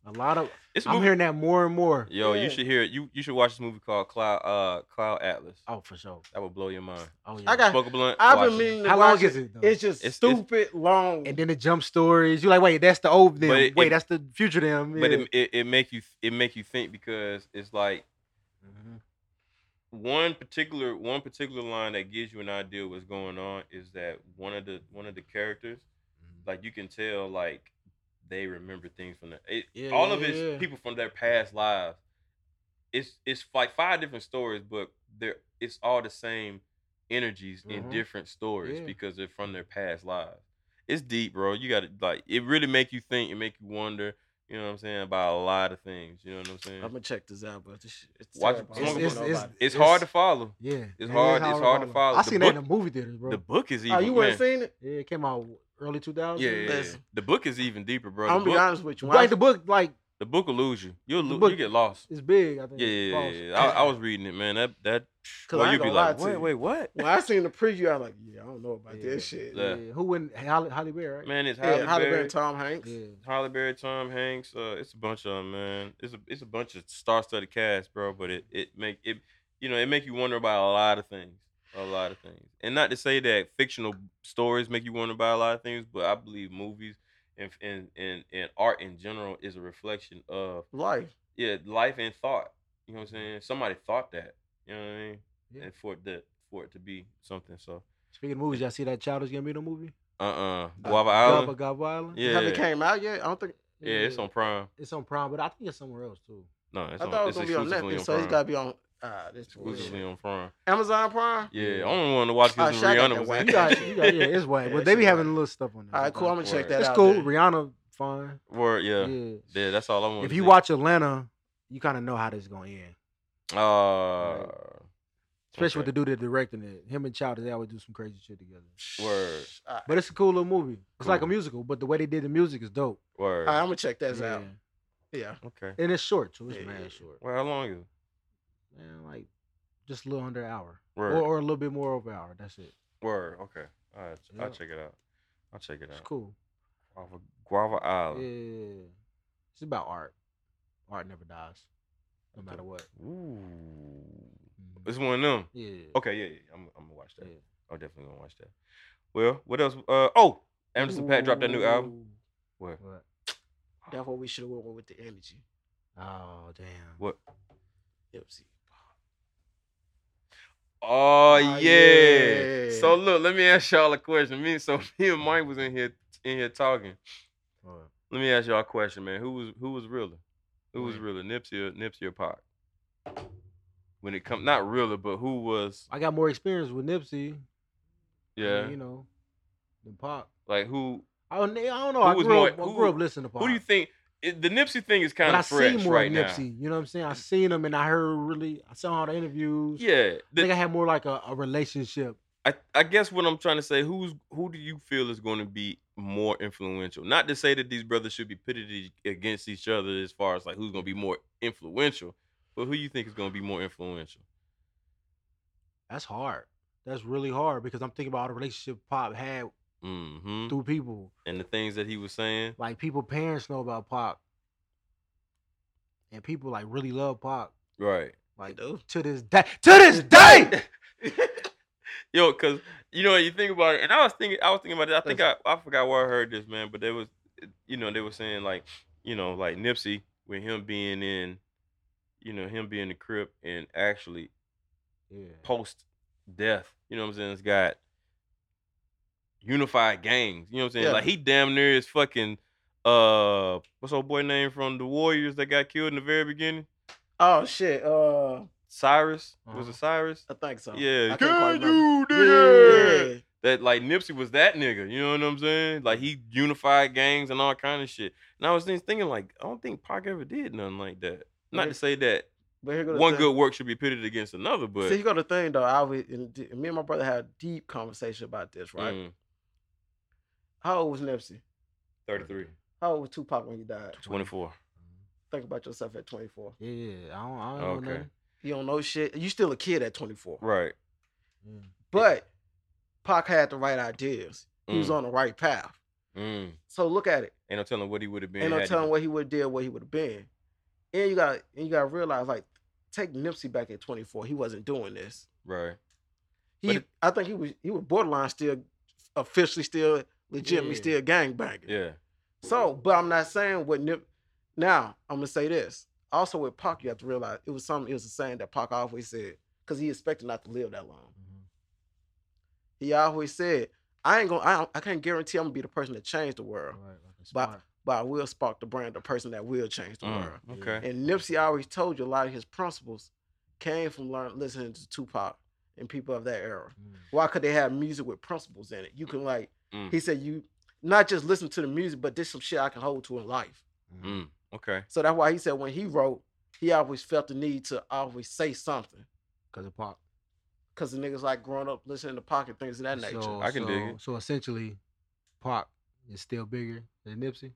S1: a lot of.
S2: It's a
S1: I'm
S2: movie-
S1: hearing that more and more.
S2: Yo,
S3: Yeah.
S2: you should hear it. You you should watch this movie called Cloud uh Cloud Atlas.
S1: Oh, for sure.
S2: That will blow your mind.
S1: Oh yeah.
S3: I got.
S2: Smoke a blunt.
S3: I've
S2: watch
S3: been
S2: it.
S3: meaning to
S1: How
S3: watch
S1: long is it? though?
S3: It's just
S2: It's- it's-
S3: stupid long.
S1: and then the jump stories. You like, wait, that's the old them.
S2: But it-
S1: wait,
S2: it-
S1: that's the future them.
S2: But
S1: yeah.
S2: it, it, it make you it make you think because it's like
S1: Mhm.
S2: one particular one particular line that gives you an idea of what's going on is that one of the one of the characters like you can tell like they remember things from the it,
S1: Yeah,
S2: all
S1: yeah,
S2: of it's
S1: yeah.
S2: people from their past lives. It's it's like five different stories, but they're it's all the same energies in
S1: Mhm.
S2: different stories
S1: Yeah.
S2: because they're from their past lives. It's deep, bro. You gotta like it really make you think, it make you wonder, you know what I'm saying, about a lot of things. You know what I'm saying?
S3: I'm gonna check this out, but this shit, it's
S2: Watch-
S3: terrible. I
S2: smoke
S3: don't
S2: a
S3: want
S1: blunt. It's-
S3: nobody.
S2: it's,
S1: it's-
S2: hard to follow.
S1: Yeah, it is
S2: It's hard- it's hard to follow.
S1: I
S2: The
S1: seen
S2: book-
S1: that in the movie theaters, bro.
S2: The book is even
S3: Oh, you
S2: man,
S3: weren't seen it?
S1: yeah, it came out early 2000s.
S2: yeah, yeah, yeah.
S3: Listen.
S2: The book is even deeper, bro. The
S3: I'm gonna be
S2: book,
S3: honest with you. When I-
S1: Like the book, like
S2: the book will lose you. You'll
S1: The
S2: lo- you
S1: book-
S2: get lost.
S1: it's big. I think.
S2: Yeah, yeah, yeah,
S1: False.
S2: yeah. I, I was reading it, man. That that.
S3: I
S2: Well,
S3: ain't
S2: you'd be
S3: gonna lie
S2: like,
S3: to
S2: wait,
S3: you.
S2: wait, what?
S3: when I seen the preview, I was like, yeah, I don't know about
S1: Yeah.
S3: this shit.
S2: Yeah.
S1: Yeah. Who wouldn't? Holly, Holly Berry, right?
S2: Man, it's Halle
S3: Yeah, Halle Berry
S2: Berry,
S3: and Tom Hanks.
S1: Yeah.
S2: Halle Berry, Tom Hanks. Uh, it's a bunch of 'em, man. It's a it's a bunch of star-studded cast, bro. But it it make it, you know, it make you wonder about a lot of things, a lot of things. And not to say that fictional stories make you wonder about a lot of things, but I believe movies and and and, and art in general is a reflection of
S3: Life.
S2: yeah life and thought. You know what I'm saying? Somebody thought that. You know what I mean?
S1: Yeah.
S2: And for it to, for it to be something so.
S1: Speaking of movies, y'all see that Childish Gambino movie?
S2: Uh uh
S1: Uh,
S2: Guava
S1: Gabba
S2: Island.
S1: Gabba Island?
S2: Yeah.
S3: Have it came out yet? I don't think.
S2: Yeah, it's on Prime.
S1: It's on Prime, but I think it's somewhere else too.
S2: No, it's
S3: I
S2: on.
S3: thought it
S2: it's
S3: was gonna be on
S2: exclusively
S3: Netflix,
S2: on
S3: so it's
S2: Prime.
S3: gotta be on. Ah, this
S2: exclusively
S3: bullshit.
S2: on Prime.
S3: Amazon Prime.
S2: Yeah,
S1: Yeah.
S2: I only want to watch this.
S3: Ah,
S2: when
S3: shit, I got
S2: Rihanna
S3: that
S2: was
S3: whack
S2: in
S1: You
S2: it.
S1: got, you got, yeah, it's way,
S3: Yeah,
S1: but
S3: it's
S1: they be
S3: whack.
S1: having a little stuff on there.
S3: All right, cool. I'm gonna check
S2: Word.
S3: that
S1: It's
S3: out.
S1: cool.
S3: then.
S1: Rihanna, fine.
S2: Word, yeah. yeah,
S1: yeah.
S2: That's all I want.
S1: If you watch Atlanta, you kind of know how this is gonna end.
S2: uh,
S1: Especially
S2: okay.
S1: with the dude that directing it. Him and Childish, they always do some crazy shit together.
S2: word,
S3: All
S1: But it's a cool little movie. It's like a
S2: Cool.
S1: musical, but the way they did the music is dope.
S2: word.
S3: right, I'm gonna check that out.
S1: Yeah.
S3: Yeah.
S2: okay.
S1: And it's short too. It's
S3: Yeah, yeah.
S1: mad short.
S2: Well, how long is it?
S1: Man, like just a little under an hour.
S2: Word,
S1: Or, or a little bit more over an hour. That's it.
S2: word. Okay, all right. I'll
S1: Yeah.
S2: check it out. I'll check it
S1: It's
S2: out.
S1: cool.
S2: Guava, Guava
S1: Yeah.
S2: Island.
S1: It's about art. Art never dies. No matter what.
S2: Ooh,
S1: Mhm.
S2: it's one of them.
S1: Yeah.
S2: Okay, yeah, yeah. I'm, I'm gonna watch that.
S1: Yeah.
S2: I'm definitely gonna watch that. Well, what else? Uh, oh, Anderson Paak dropped that new album. What?
S1: What?
S3: That's what we should have went with the energy.
S1: Oh damn.
S2: What?
S3: Nipsey.
S2: Oh
S3: Ah,
S2: yeah.
S3: yeah.
S2: So look, let me ask y'all a question. Me, so me and Mike was in here in here talking.
S1: What?
S2: Let me ask y'all a question, man. Who was who was realer? Who was
S1: Right.
S2: realer, Nipsey or Nipsey or Pac? When it comes, not realer, but who was?
S1: I got more experience with Nipsey. I mean,
S2: Yeah,
S1: you know, Then Pop.
S2: Like who
S1: I don't, I don't know.
S2: Who
S1: I
S2: was
S1: grew,
S2: more-
S1: up, I
S2: who-
S1: grew up listening to Pop.
S2: who do you think it, the Nipsey thing is
S1: But
S2: kind
S1: I
S2: of fresh
S1: seen more
S2: right
S1: of
S2: now?
S1: Nipsey. You know what I'm saying? I seen him and I heard really. I saw all the interviews.
S2: Yeah,
S1: I think I
S2: the,
S1: had more like a, a relationship.
S2: I, I guess what I'm trying to say who's who do you feel is going to be more influential? Not to say that these brothers should be pitted e- against each other as far as like who's going to be more influential, but who you think is going to be more influential?
S1: That's hard. That's really hard because I'm thinking about all the relationship Pop had
S2: hmm
S1: through people.
S2: And the things that he was saying.
S1: Like people, parents know about Pop, and people like really love Pop.
S2: Right.
S1: Like to this day, to this day,
S2: Yo, cause you know you think about it, and I was thinking, I was thinking about it. I think I, I forgot where I heard this, man. But there was, you know, they were saying like, you know, like Nipsey with him being in, you know, him being the crip and actually
S1: yeah,
S2: post death. You know what I'm saying? It's got unified gangs. You know what I'm saying?
S3: Yeah.
S2: Like he damn near is fucking uh, what's old boy name from the Warriors that got killed in the very beginning?
S3: Oh shit. Uh,
S2: Cyrus was
S1: Uh-huh.
S2: it Cyrus?
S3: I think so.
S2: Yeah,
S3: I can't quite
S2: can
S3: remember.
S2: you, nigga?
S3: Yeah.
S2: that like Nipsey was that nigga. You know what I'm saying? Like he unified gangs and all kind of shit. And I was just thinking like, I don't think Pac ever did nothing like that. Not to
S3: Mhm.
S2: say that
S3: But here go the
S2: one
S3: thing.
S2: good work should be pitted against another, but
S3: See, you got the thing though. I would, and d- me and my brother had a deep conversation about this. Right?
S2: mm,
S3: How old was Nipsey?
S2: 33,
S3: How old was Tupac when he died?
S2: 24.
S3: Think about yourself at 24.
S1: yeah. yeah. I don't, I don't
S2: Okay.
S1: know. nothing.
S3: You don't know shit. You still a kid at 24.
S2: Right.
S1: Yeah.
S3: But Pac had the right ideas. He was
S2: Mm.
S3: on the right path.
S2: Mm.
S3: So look at it.
S2: Ain't no telling what he would have been.
S3: Ain't no
S2: had he
S3: telling
S2: been-
S3: what he would have did, what he would have been. And you got and you got to realize, like, take Nipsey back at 24. He wasn't doing this.
S2: Right. But
S3: He,
S2: it-
S3: I think he was, he was borderline still, officially still, legitimately
S1: Yeah.
S3: still gangbanging.
S1: Mm,
S2: Yeah.
S3: So, but I'm not saying what Nip. Now I'm gonna say this. Also with Pac, you have to realize it was something. It was a saying that Pac always said because he expected not to live that long.
S1: Mm-hmm.
S3: He always said, "I ain't gonna. I, don't, I can't guarantee I'm gonna be the person that changed the world,
S1: Right, like a
S3: But-
S1: spark.
S3: but I will spark the brand, the person that will change the
S2: Mm,
S3: world."
S2: Okay.
S3: And Nipsey always told you a lot of his principles came from learn, listening to Tupac and people of that era.
S1: Mm.
S3: Why could they have music with principles in it? You can like,
S2: Mm.
S3: he said, you not just listen to the music, but there's some shit I can hold to in life.
S1: Mm-hmm.
S2: Mm. Okay.
S3: So that's why he said when he wrote, he always felt the need to always say something.
S1: Cause of Pop.
S3: Cause the niggas like growing up listening to pocket things of that nature.
S1: So,
S2: I can
S1: so,
S2: dig it.
S1: So essentially, Pop is still bigger than Nipsey.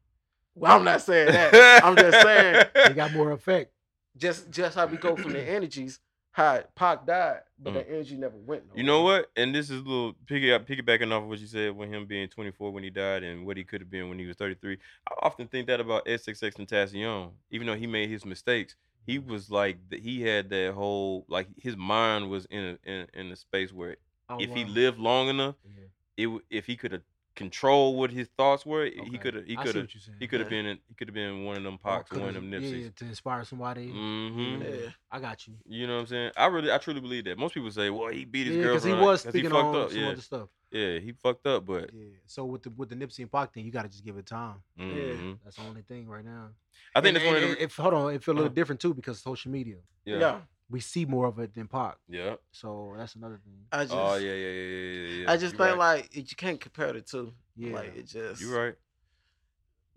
S3: well, I'm not saying that. I'm just saying
S1: He got more effect.
S3: just just how we go from the energies, how Pac died, but the energy never went.
S2: Mm. You
S3: nowhere.
S2: know what? And this is a little piggy piggybacking off of what you said with him being 24 when he died and what he could have been when he was 33. I often think that about SXX and Tassion. Even though he made his mistakes, he was like th- he had that whole like his mind was in a, in in a space where
S1: Oh,
S2: if he
S1: wow.
S2: lived long enough,
S1: Yeah.
S2: it w- if he could have controlled what his thoughts were, he
S1: Okay.
S2: could have he
S1: I see
S2: could have
S1: what you're saying.
S2: he could have
S3: Yeah.
S2: been in, he could have been one of them
S1: Or
S2: Pocs, one
S1: coulda-
S2: of them
S1: Yeah,
S2: Nipseys.
S1: to inspire somebody.
S2: hmm
S3: Yeah.
S1: I got you.
S2: You know what I'm saying? I really, I truly believe that. Most people say, "Well, he beat his
S1: yeah,
S2: girlfriend."
S1: he
S2: up,"
S1: was
S2: 'cause
S1: speaking
S2: fucked
S1: on
S2: up.
S1: some
S2: yeah.
S1: other stuff.
S2: Yeah, he fucked up, but
S1: Yeah. So with the with the Nipsey and Pac thing, you got to just give it time.
S2: mhm.
S1: That's the only thing right now.
S2: I think that's
S1: and,
S2: one of
S1: and,
S2: the
S1: if hold on, it feel a little
S2: Uh-huh.
S1: different too because of social media.
S2: yeah. yeah.
S3: yeah.
S1: We see more of it than Pac,
S2: Yeah.
S1: so that's another thing.
S3: I just,
S2: Oh yeah, yeah, yeah, yeah, yeah, yeah.
S3: I just
S2: You
S3: think
S2: right.
S3: like it, you can't compare the two.
S1: Yeah,
S3: Like it just.
S2: you right.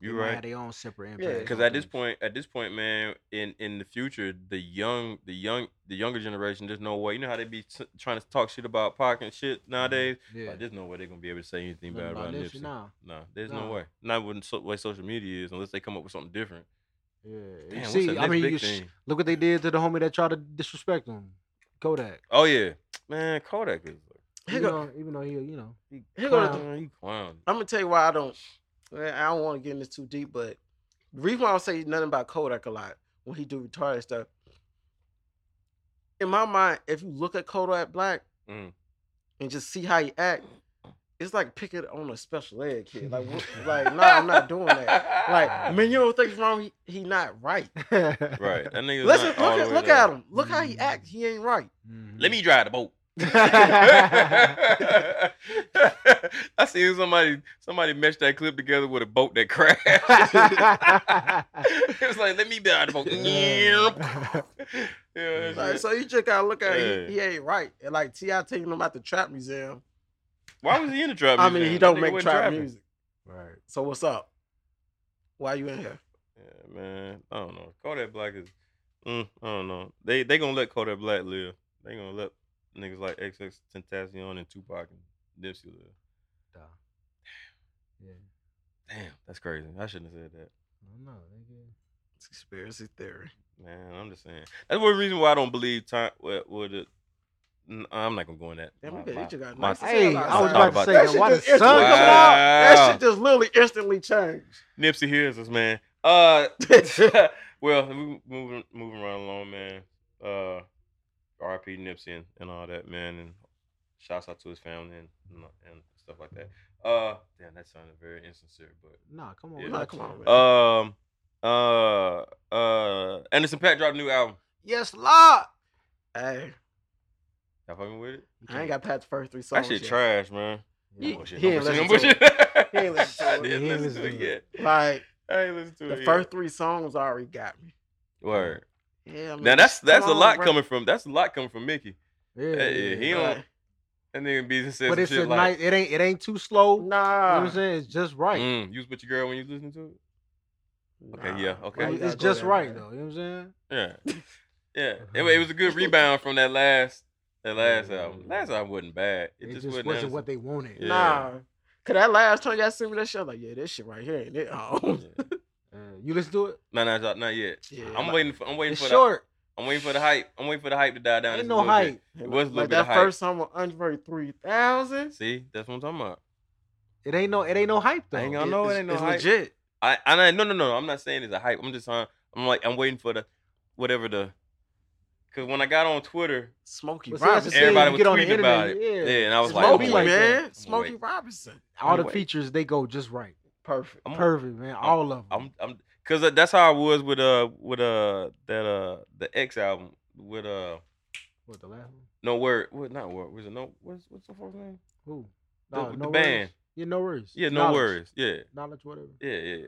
S1: They
S2: You
S1: might
S2: right.
S1: Have their own separate
S3: Yeah.
S1: impact.
S2: Because
S1: on
S2: at this
S1: things.
S2: point, at this point, man, in in the future, the young, the young, the younger generation, there's no way. You know how they be t- trying to talk shit about Pac and shit nowadays.
S1: Mm-hmm. yeah,
S2: Like, there's no way they're gonna be able to say anything
S1: Nothing
S2: bad about
S1: about Nipsey
S2: Nipsey.
S1: now.
S2: No, there's no
S1: Nah.
S2: way. Not when so, way social media is, unless they come up with something different.
S1: Yeah, you
S2: Damn, what's the
S1: see, I
S2: next
S1: mean,
S2: big
S1: you sh-
S2: thing?
S1: look what they did to the homie that tried to disrespect him, Kodak.
S2: Oh yeah, man, Kodak is.
S3: Here
S1: Even
S3: go-
S1: though, even though he, you know,
S2: He
S3: Here go the-
S2: clown. He clown.
S3: I'm gonna tell you why I don't. eh, I don't want to get in this too deep, but the reason why I don't say nothing about Kodak a lot when he do retarded stuff. In my mind, if you look at Kodak Black
S2: Mm.
S3: and just see how he act, it's like picking on a special ed kid. Like, what, like, no, nah, I'm not doing that. Like, man, you don't think it's wrong? He, he not right.
S2: Right. That nigga.
S3: Let's just look at look at him. Look how he
S1: Mm.
S3: act. He ain't right.
S2: Let
S1: Let
S2: me drive the boat.
S1: yeah,
S2: I seen somebody somebody meshed that clip together with a boat that crashed. it was like, let me drive the boat. yeah, that's
S3: Like,
S2: it.
S3: so you just gotta look at it. He,
S2: Yeah.
S3: he ain't right. And like Ti taking him out the trap museum,
S2: Why was he in the trap
S3: I
S2: music?
S3: mean,
S2: then?
S3: he
S2: That nigga
S3: don't make
S2: wasn't
S3: trap
S2: trapping.
S3: music.
S1: Right.
S3: So what's up? Why you in here?
S2: Yeah, man. I don't know. Kodak Black is. Mm, I don't know. They they gonna let Kodak Black live. They gonna let niggas like XX Tentacion and Tupac and Nipsey live.
S1: Duh. Yeah.
S2: Damn, that's crazy. I shouldn't have said that.
S1: I don't know. nigga.
S3: It's conspiracy theory.
S2: Man, I'm just saying. That's one reason why I don't believe time. What would it? n- I'm not gonna go in that.
S3: Damn,
S2: My-
S3: we got-
S2: my-
S3: you got
S2: my-
S3: nice as
S1: Hey,
S3: hell
S1: I was
S3: outside.
S2: Thought
S1: about to
S2: about
S1: say,
S3: that
S1: now,
S3: shit
S1: why the
S3: just
S1: sun
S3: instantly coming
S1: coming out?
S3: out. That
S2: Wow.
S3: shit just literally instantly changed.
S2: Nipsey hears us, man. Uh, well, we moving moving right along, man. Uh, R.I.P. Nipsey and, and all that, man. And shouts out to his family and and, and stuff like that. Uh, damn, that sounded very insincere, but
S1: Nah, come on.
S2: Yeah.
S1: we
S3: Nah,
S1: got
S3: come
S1: you.
S3: on, man.
S2: um, uh, uh, Anderson Pack dropped a new album.
S1: Yes, Lord.
S3: hey,
S2: Y'all fucking with it?
S3: I ain't got past the first three songs.
S2: That shit
S3: yet.
S2: trash, man.
S1: Yeah.
S2: Oh, shit,
S3: he
S2: I'm
S3: ain't
S2: pushing,
S3: listen
S2: I'm
S3: He ain't listen
S2: pushing.
S3: to it.
S2: I didn't
S1: He ain't
S2: listen to
S1: listen to
S2: it
S1: it.
S2: yet.
S3: Like
S2: I ain't listen to
S3: the
S2: it yet.
S3: first three songs already got me.
S2: word.
S3: Yeah,
S2: Now that's that's a lot
S3: bro.
S2: coming from that's a lot coming from Mickey.
S1: Yeah,
S2: Yeah, yeah, he don't.
S3: Right.
S2: That nigga be says
S1: But
S2: some
S1: it's
S2: shit
S1: a
S2: like,
S1: night. It ain't. It ain't too slow. You know what
S3: Nah,
S1: I'm saying? It's just right.
S2: Mm, you was with your girl when you was listening to it. Okay,
S3: Nah.
S2: yeah,
S3: Why
S2: okay.
S1: It-
S3: you gotta
S1: It's
S3: go
S1: just
S3: there,
S1: right
S3: man?
S1: though. You know what I'm saying?
S2: Yeah, yeah.
S1: Uh-huh.
S2: It, wa- it was a good rebound from that last that last album. Last album wasn't bad. It, just, wasn't,
S1: what they wanted.
S2: Yeah.
S3: Nah. Cause that last time y'all sent me that shit, I was like, yeah, this shit right here ain't it? Oh,
S2: Anderson.
S1: Uh, you listen to it?
S2: Yeah. No, no, not, not yet.
S3: yeah.
S2: I'm waiting for I'm waiting
S1: It's
S2: for
S1: short.
S2: the I'm waiting for the hype. I'm waiting for the hype to die down.
S1: Ain't
S2: just a
S1: no
S2: little bit.
S1: hype.
S2: was a
S3: Like-
S2: little
S3: like
S2: bit
S3: that
S2: of hype.
S3: first song with Andre 3000.
S2: See, that's what I'm talking about.
S1: It ain't no. It ain't no hype though.
S2: I ain't
S1: It-
S2: gonna know it
S1: it's-
S2: ain't no
S3: it's
S2: hype.
S3: legit.
S2: I, I know- no no no. I'm not saying it's a hype. I'm just on. I'm like I'm waiting for the whatever the. Cause when I got on Twitter,
S3: Smokey
S1: But see, that's the
S3: Robinson.
S1: thing,
S2: everybody
S1: you
S2: was
S1: get on the
S2: tweeting
S1: internet,
S2: about it.
S1: yeah.
S2: Yeah, and I was like,
S1: Smoke
S2: I'm
S3: Smokey,
S2: gonna
S1: like
S2: wait.
S1: that.
S3: man.
S2: I'm gonna
S3: Smokey
S2: wait.
S3: Robinson.
S1: All the
S2: Wait.
S1: features they go just right.
S3: Perfect.
S2: Mm. I'm-
S1: Perfect, man. All of them.
S2: I'm I'm cause uh, that's how I was with uh with uh that uh the X album with uh
S1: What the last one?
S2: no word what not word was it no what's what's the fuck's name
S1: Who?
S2: The-
S1: Nah,
S2: with
S1: no
S2: the
S1: worries.
S2: band.
S1: Yeah, no worries.
S2: yeah no
S1: Knowledge.
S2: words yeah
S1: Knowledge, whatever.
S2: yeah yeah yeah.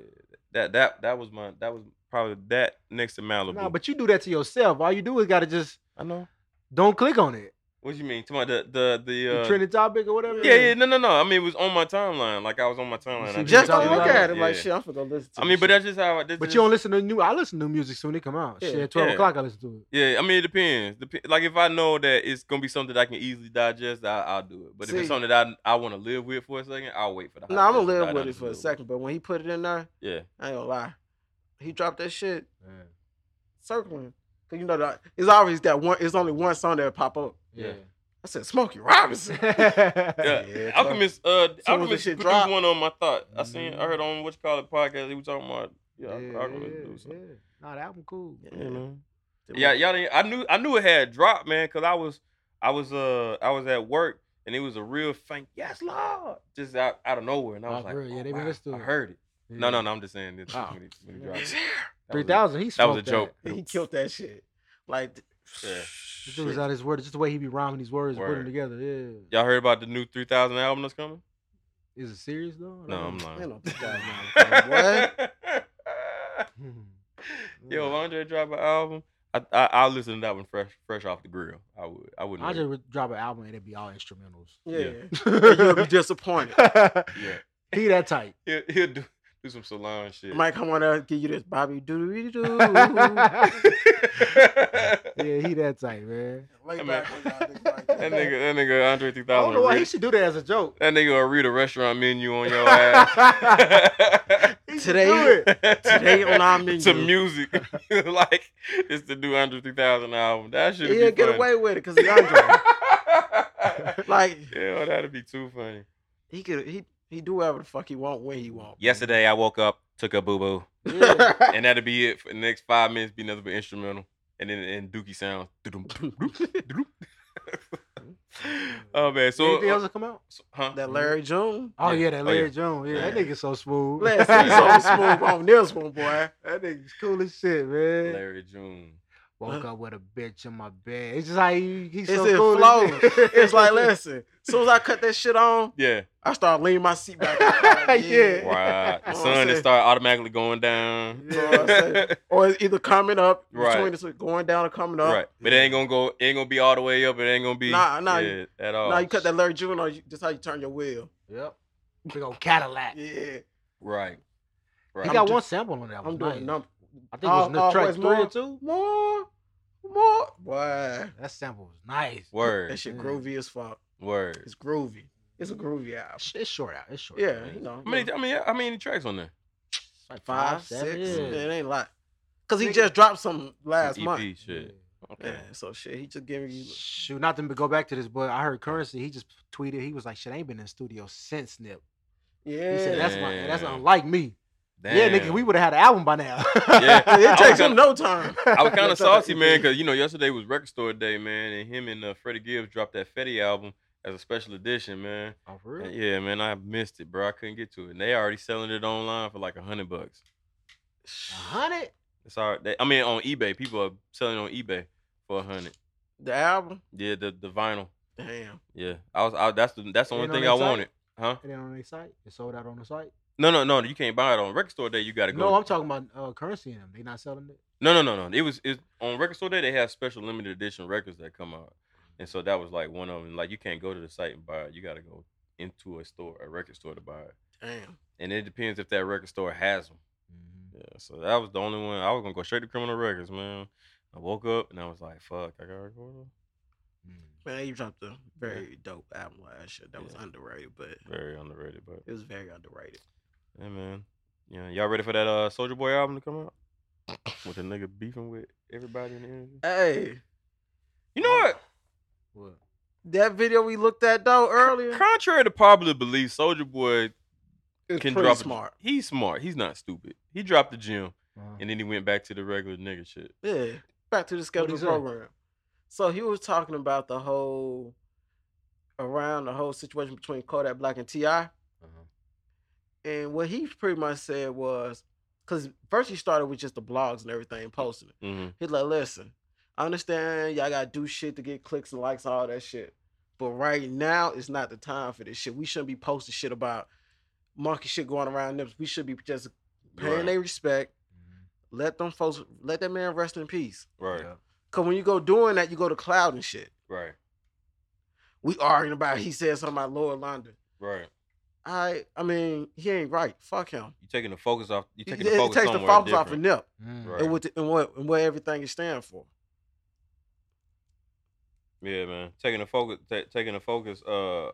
S2: that that that was my that was probably that next to Malibu
S1: Nah, but you do that to yourself. All you do is gotta just
S2: I know
S1: don't click on it.
S2: what you mean Come on, the the the,
S1: The
S2: uh,
S1: trending topic or whatever.
S2: yeah yeah no no no I mean it was on my timeline like I was on my timeline I
S1: see,
S3: Just
S1: Johnny
S3: don't look
S1: Robinson.
S3: at him like
S2: Yeah.
S3: shit. I'm finna listen to
S2: I mean but
S3: that
S2: that's just how I, that's
S1: But you
S2: just-
S1: don't listen to new. I listen to music soon. It come out.
S3: Yeah.
S1: Shit, at twelve
S2: Yeah.
S1: o'clock I listen to it.
S2: Yeah, I mean it depends. Dep- like if I know that it's gonna be something that I can easily digest, I- I'll do it. But if
S3: See.
S2: it's something that I, I want to live with for a second, I'll wait for the.
S3: Nah,
S2: hype
S3: I'm gonna
S2: to die
S3: live with
S2: down
S3: it
S2: just
S3: for a
S2: little
S3: second, but when he put it in there,
S2: bit. Yeah,
S3: I ain't gonna lie. He dropped that shit
S1: Yeah.
S3: circling. Cause you know that it's always that one it's only one song that pop up.
S2: Yeah.
S3: I said Smokey Robinson.
S2: yeah.
S3: Yeah, fuck.
S2: Alchemist, uh,
S3: the
S2: Alchemist
S3: shit
S2: produced
S3: drop.
S2: one on my thought. I seen, I
S1: Mhm.
S2: heard on what you call it podcast. He was talking about, yeah,
S1: yeah, yeah,
S2: Alchemist do
S1: yeah.
S2: something.
S1: Nah, the album cool.
S3: Yeah.
S2: Yeah, man. Yeah, y'all didn't, I knew, I knew it had dropped, man, because I was, I was, uh, I was at work and it was a real thing. Yes, Lord, just out, out of nowhere, and I
S1: Oh,
S2: was like,
S1: for real. Yeah,
S2: oh,
S1: they
S2: wow,
S1: released
S2: I
S1: it.
S2: heard it. No,
S1: Yeah.
S2: no, no. I'm just saying this.
S1: Oh.
S2: When it, when it
S1: Yeah.
S2: dropped.
S3: He's here.
S1: Three thousand. He
S2: That was a
S1: smoked
S2: joke.
S3: He killed that shit. Like
S2: Yeah.
S1: This dude was out his word. Just the way he be rhyming these words, and putting
S2: Word.
S1: them together. Yeah.
S2: Y'all heard about the new 3000 album that's coming?
S1: Is it serious though? I
S2: No, I'm
S1: don't know.
S3: I don't
S2: lying.
S3: know this guy now. What?
S2: Yo, if Andre drop an album. I, I I'll listen to that one fresh fresh off the grill. I would I wouldn't.
S1: I
S2: wait.
S1: just would drop an album and it'd be all instrumentals.
S3: Yeah. You'll be
S1: he
S3: disappointed.
S1: that type.
S2: yeah. He'll, he'll do do some salon shit.
S3: Might come on there give you this Bobby doo doo doo.
S1: yeah,
S2: that
S1: he that type, man.
S3: Lay
S2: Man.
S3: back with y'all niggas like that.
S2: nigga that nigga Andre
S1: I
S2: 3000.
S1: don't know why
S2: read-
S1: he should do that as a joke.
S2: that nigga will read a restaurant menu on your ass.
S1: He should
S3: Today-
S1: do it.
S3: Today on our menu.
S2: to music. like it's the new Andre 3000 album. That should
S3: He'll
S2: be
S3: get
S2: funny.
S3: away with it because he Andre. like
S2: yeah, well, that'd be too funny.
S3: he could he he do whatever the fuck he want when he want.
S2: Yesterday, I woke up, took a boo boo, and that'd be it for the next five minutes. Be nothing but instrumental, and then and Dookie sounds. oh man, so
S1: Anything else that come out?
S2: so- huh?
S3: that Larry June.
S1: Oh
S2: Yeah.
S1: yeah, that
S2: Oh,
S1: Larry
S2: yeah.
S1: Jones. Yeah, that
S2: Yeah.
S1: nigga so smooth.
S3: Let's see something smooth on this one, boy.
S1: That nigga's cool as shit, man.
S2: Larry June.
S1: Woke up with a bitch in my bed. It's just like he, he's
S3: It's
S1: so
S3: in
S1: cool.
S3: flow. it's like, listen, as soon as I cut that shit on,
S2: Yeah.
S3: I start leaning my seat back. I'm like,
S1: Yeah.
S2: Wow. The
S3: I'm
S2: sun
S3: saying-
S2: it start automatically going down.
S3: You know what I'm saying? Or it's either coming up,
S2: Right.
S3: between the two, going down or coming up.
S2: Right. But it ain't gonna go it ain't gonna be all the way up. It ain't gonna be
S3: Nah, nah,
S2: yeah, at all.
S3: Now you cut that Larry June on, you- that's how you turn your wheel.
S1: Yep. Big old Cadillac.
S3: Yeah.
S2: Right.
S1: He
S2: Right.
S1: got
S3: do-
S1: one sample on that.
S3: I'm
S1: was
S3: doing
S1: nice.
S3: number.
S1: I think it was in the track
S3: always
S1: three or
S3: more.
S1: two.
S3: More, more. Boy,
S1: That sample was nice.
S3: that
S2: Word.
S3: shit
S1: Yeah.
S3: groovy as fuck.
S2: Word.
S3: It's groovy. It's a groovy album.
S1: It's it's short out. It's short.
S3: Yeah,
S1: out.
S3: you know.
S2: How many I mean how many tracks on there?
S1: Like
S3: five, six.
S1: seven,
S3: yeah,
S1: yeah.
S3: It ain't a lot. Cause he
S1: Nigga.
S3: just dropped some last
S2: Some EP
S3: month.
S2: E shit. Okay.
S3: Yeah, so shit, he just giving you.
S1: Shoot, not to go back to this, but I heard Currency. He just tweeted. He was like, "Shit, I ain't been in the studio since Nip." He
S3: Yeah,
S1: said, "That's my, that's
S2: Damn.
S1: unlike me."
S2: Damn.
S1: Yeah, nigga, we would have had an album by now.
S2: Yeah.
S3: it takes him
S2: kinda-
S3: no time.
S2: I was kind of salty, man, because you know yesterday was record store day, man, and him and uh, Freddie Gibbs dropped that Fetty album as a special edition, man.
S1: Oh, for
S2: And
S1: real?
S2: yeah, man, I missed it, bro. I couldn't get to it. And they already selling it online for like a hundred bucks.
S1: A hundred?
S2: It's all right. They, I mean, on eBay, people are selling it on eBay for a hundred.
S3: The album,
S2: Yeah, the the vinyl.
S3: damn.
S2: Yeah, I was. I, that's the that's the
S1: Ain't
S2: only
S1: on
S2: thing
S1: their
S2: I
S1: site?
S2: wanted, huh?
S1: It ain't on their site. It sold out on the site.
S2: No, no, no. You can't buy it on record store day. You gotta go.
S1: No, I'm talking about uh, currency in them. They not selling it.
S2: No, no, no, no. It was it, on record store day. They have special limited edition records that come out, and so that was like one of them. Like you can't go to the site and buy it. You got to go into a store, a record store to buy it.
S3: Damn.
S2: And it depends if that record store has them. Yeah. So that was the only one. I was gonna go straight to Criminal Records, man. I woke up and I was like, "Fuck, I gotta go." to-
S3: Man, he dropped a very dope album last year. That was
S2: Yeah.
S3: underrated, but
S2: Very underrated, but
S3: it was very underrated.
S2: yeah, man. Yeah, y'all ready for that uh Soldier Boy album to come out? With the nigga beefing with everybody in the energy.
S3: Hey,
S2: You know what?
S1: What?
S3: that video we looked at though earlier.
S2: Contrary to popular belief, Soldier Boy
S3: It's
S2: can
S3: pretty
S2: drop. a-
S3: smart.
S2: he's smart. He's not stupid. He dropped the gym
S1: Uh-huh.
S2: and then he went back to the regular nigga shit.
S3: Yeah. Back to the schedule
S1: he say?
S3: program. So he was talking about the whole around the whole situation between Kodak Black and T.I.
S1: Uh-huh.
S3: And what he pretty much said was, because first he started with just the blogs and everything and posting it.
S2: Mm-hmm.
S3: He's like, listen, I understand y'all gotta do shit to get clicks and likes and all that shit. But right now it's not the time for this shit. We shouldn't be posting shit about monkey shit going around nips. We should be just paying
S2: Right.
S3: their respect. Let them folks let that man rest in peace.
S2: Right.
S1: Yeah.
S3: Cause when you go doing that, you go to cloud and shit.
S2: Right.
S3: We arguing about he said something about Lord London.
S2: Right.
S3: I I mean, he ain't right. Fuck him.
S2: You taking the focus off. You
S3: It,
S2: taking the
S3: it
S2: focus
S3: takes the
S2: somewhere
S3: focus
S2: different.
S3: off of Nip
S1: Mm.
S2: Right.
S3: and what the, and what and what everything is stand for.
S2: Yeah, man. Taking the focus. ta taking the focus. Uh.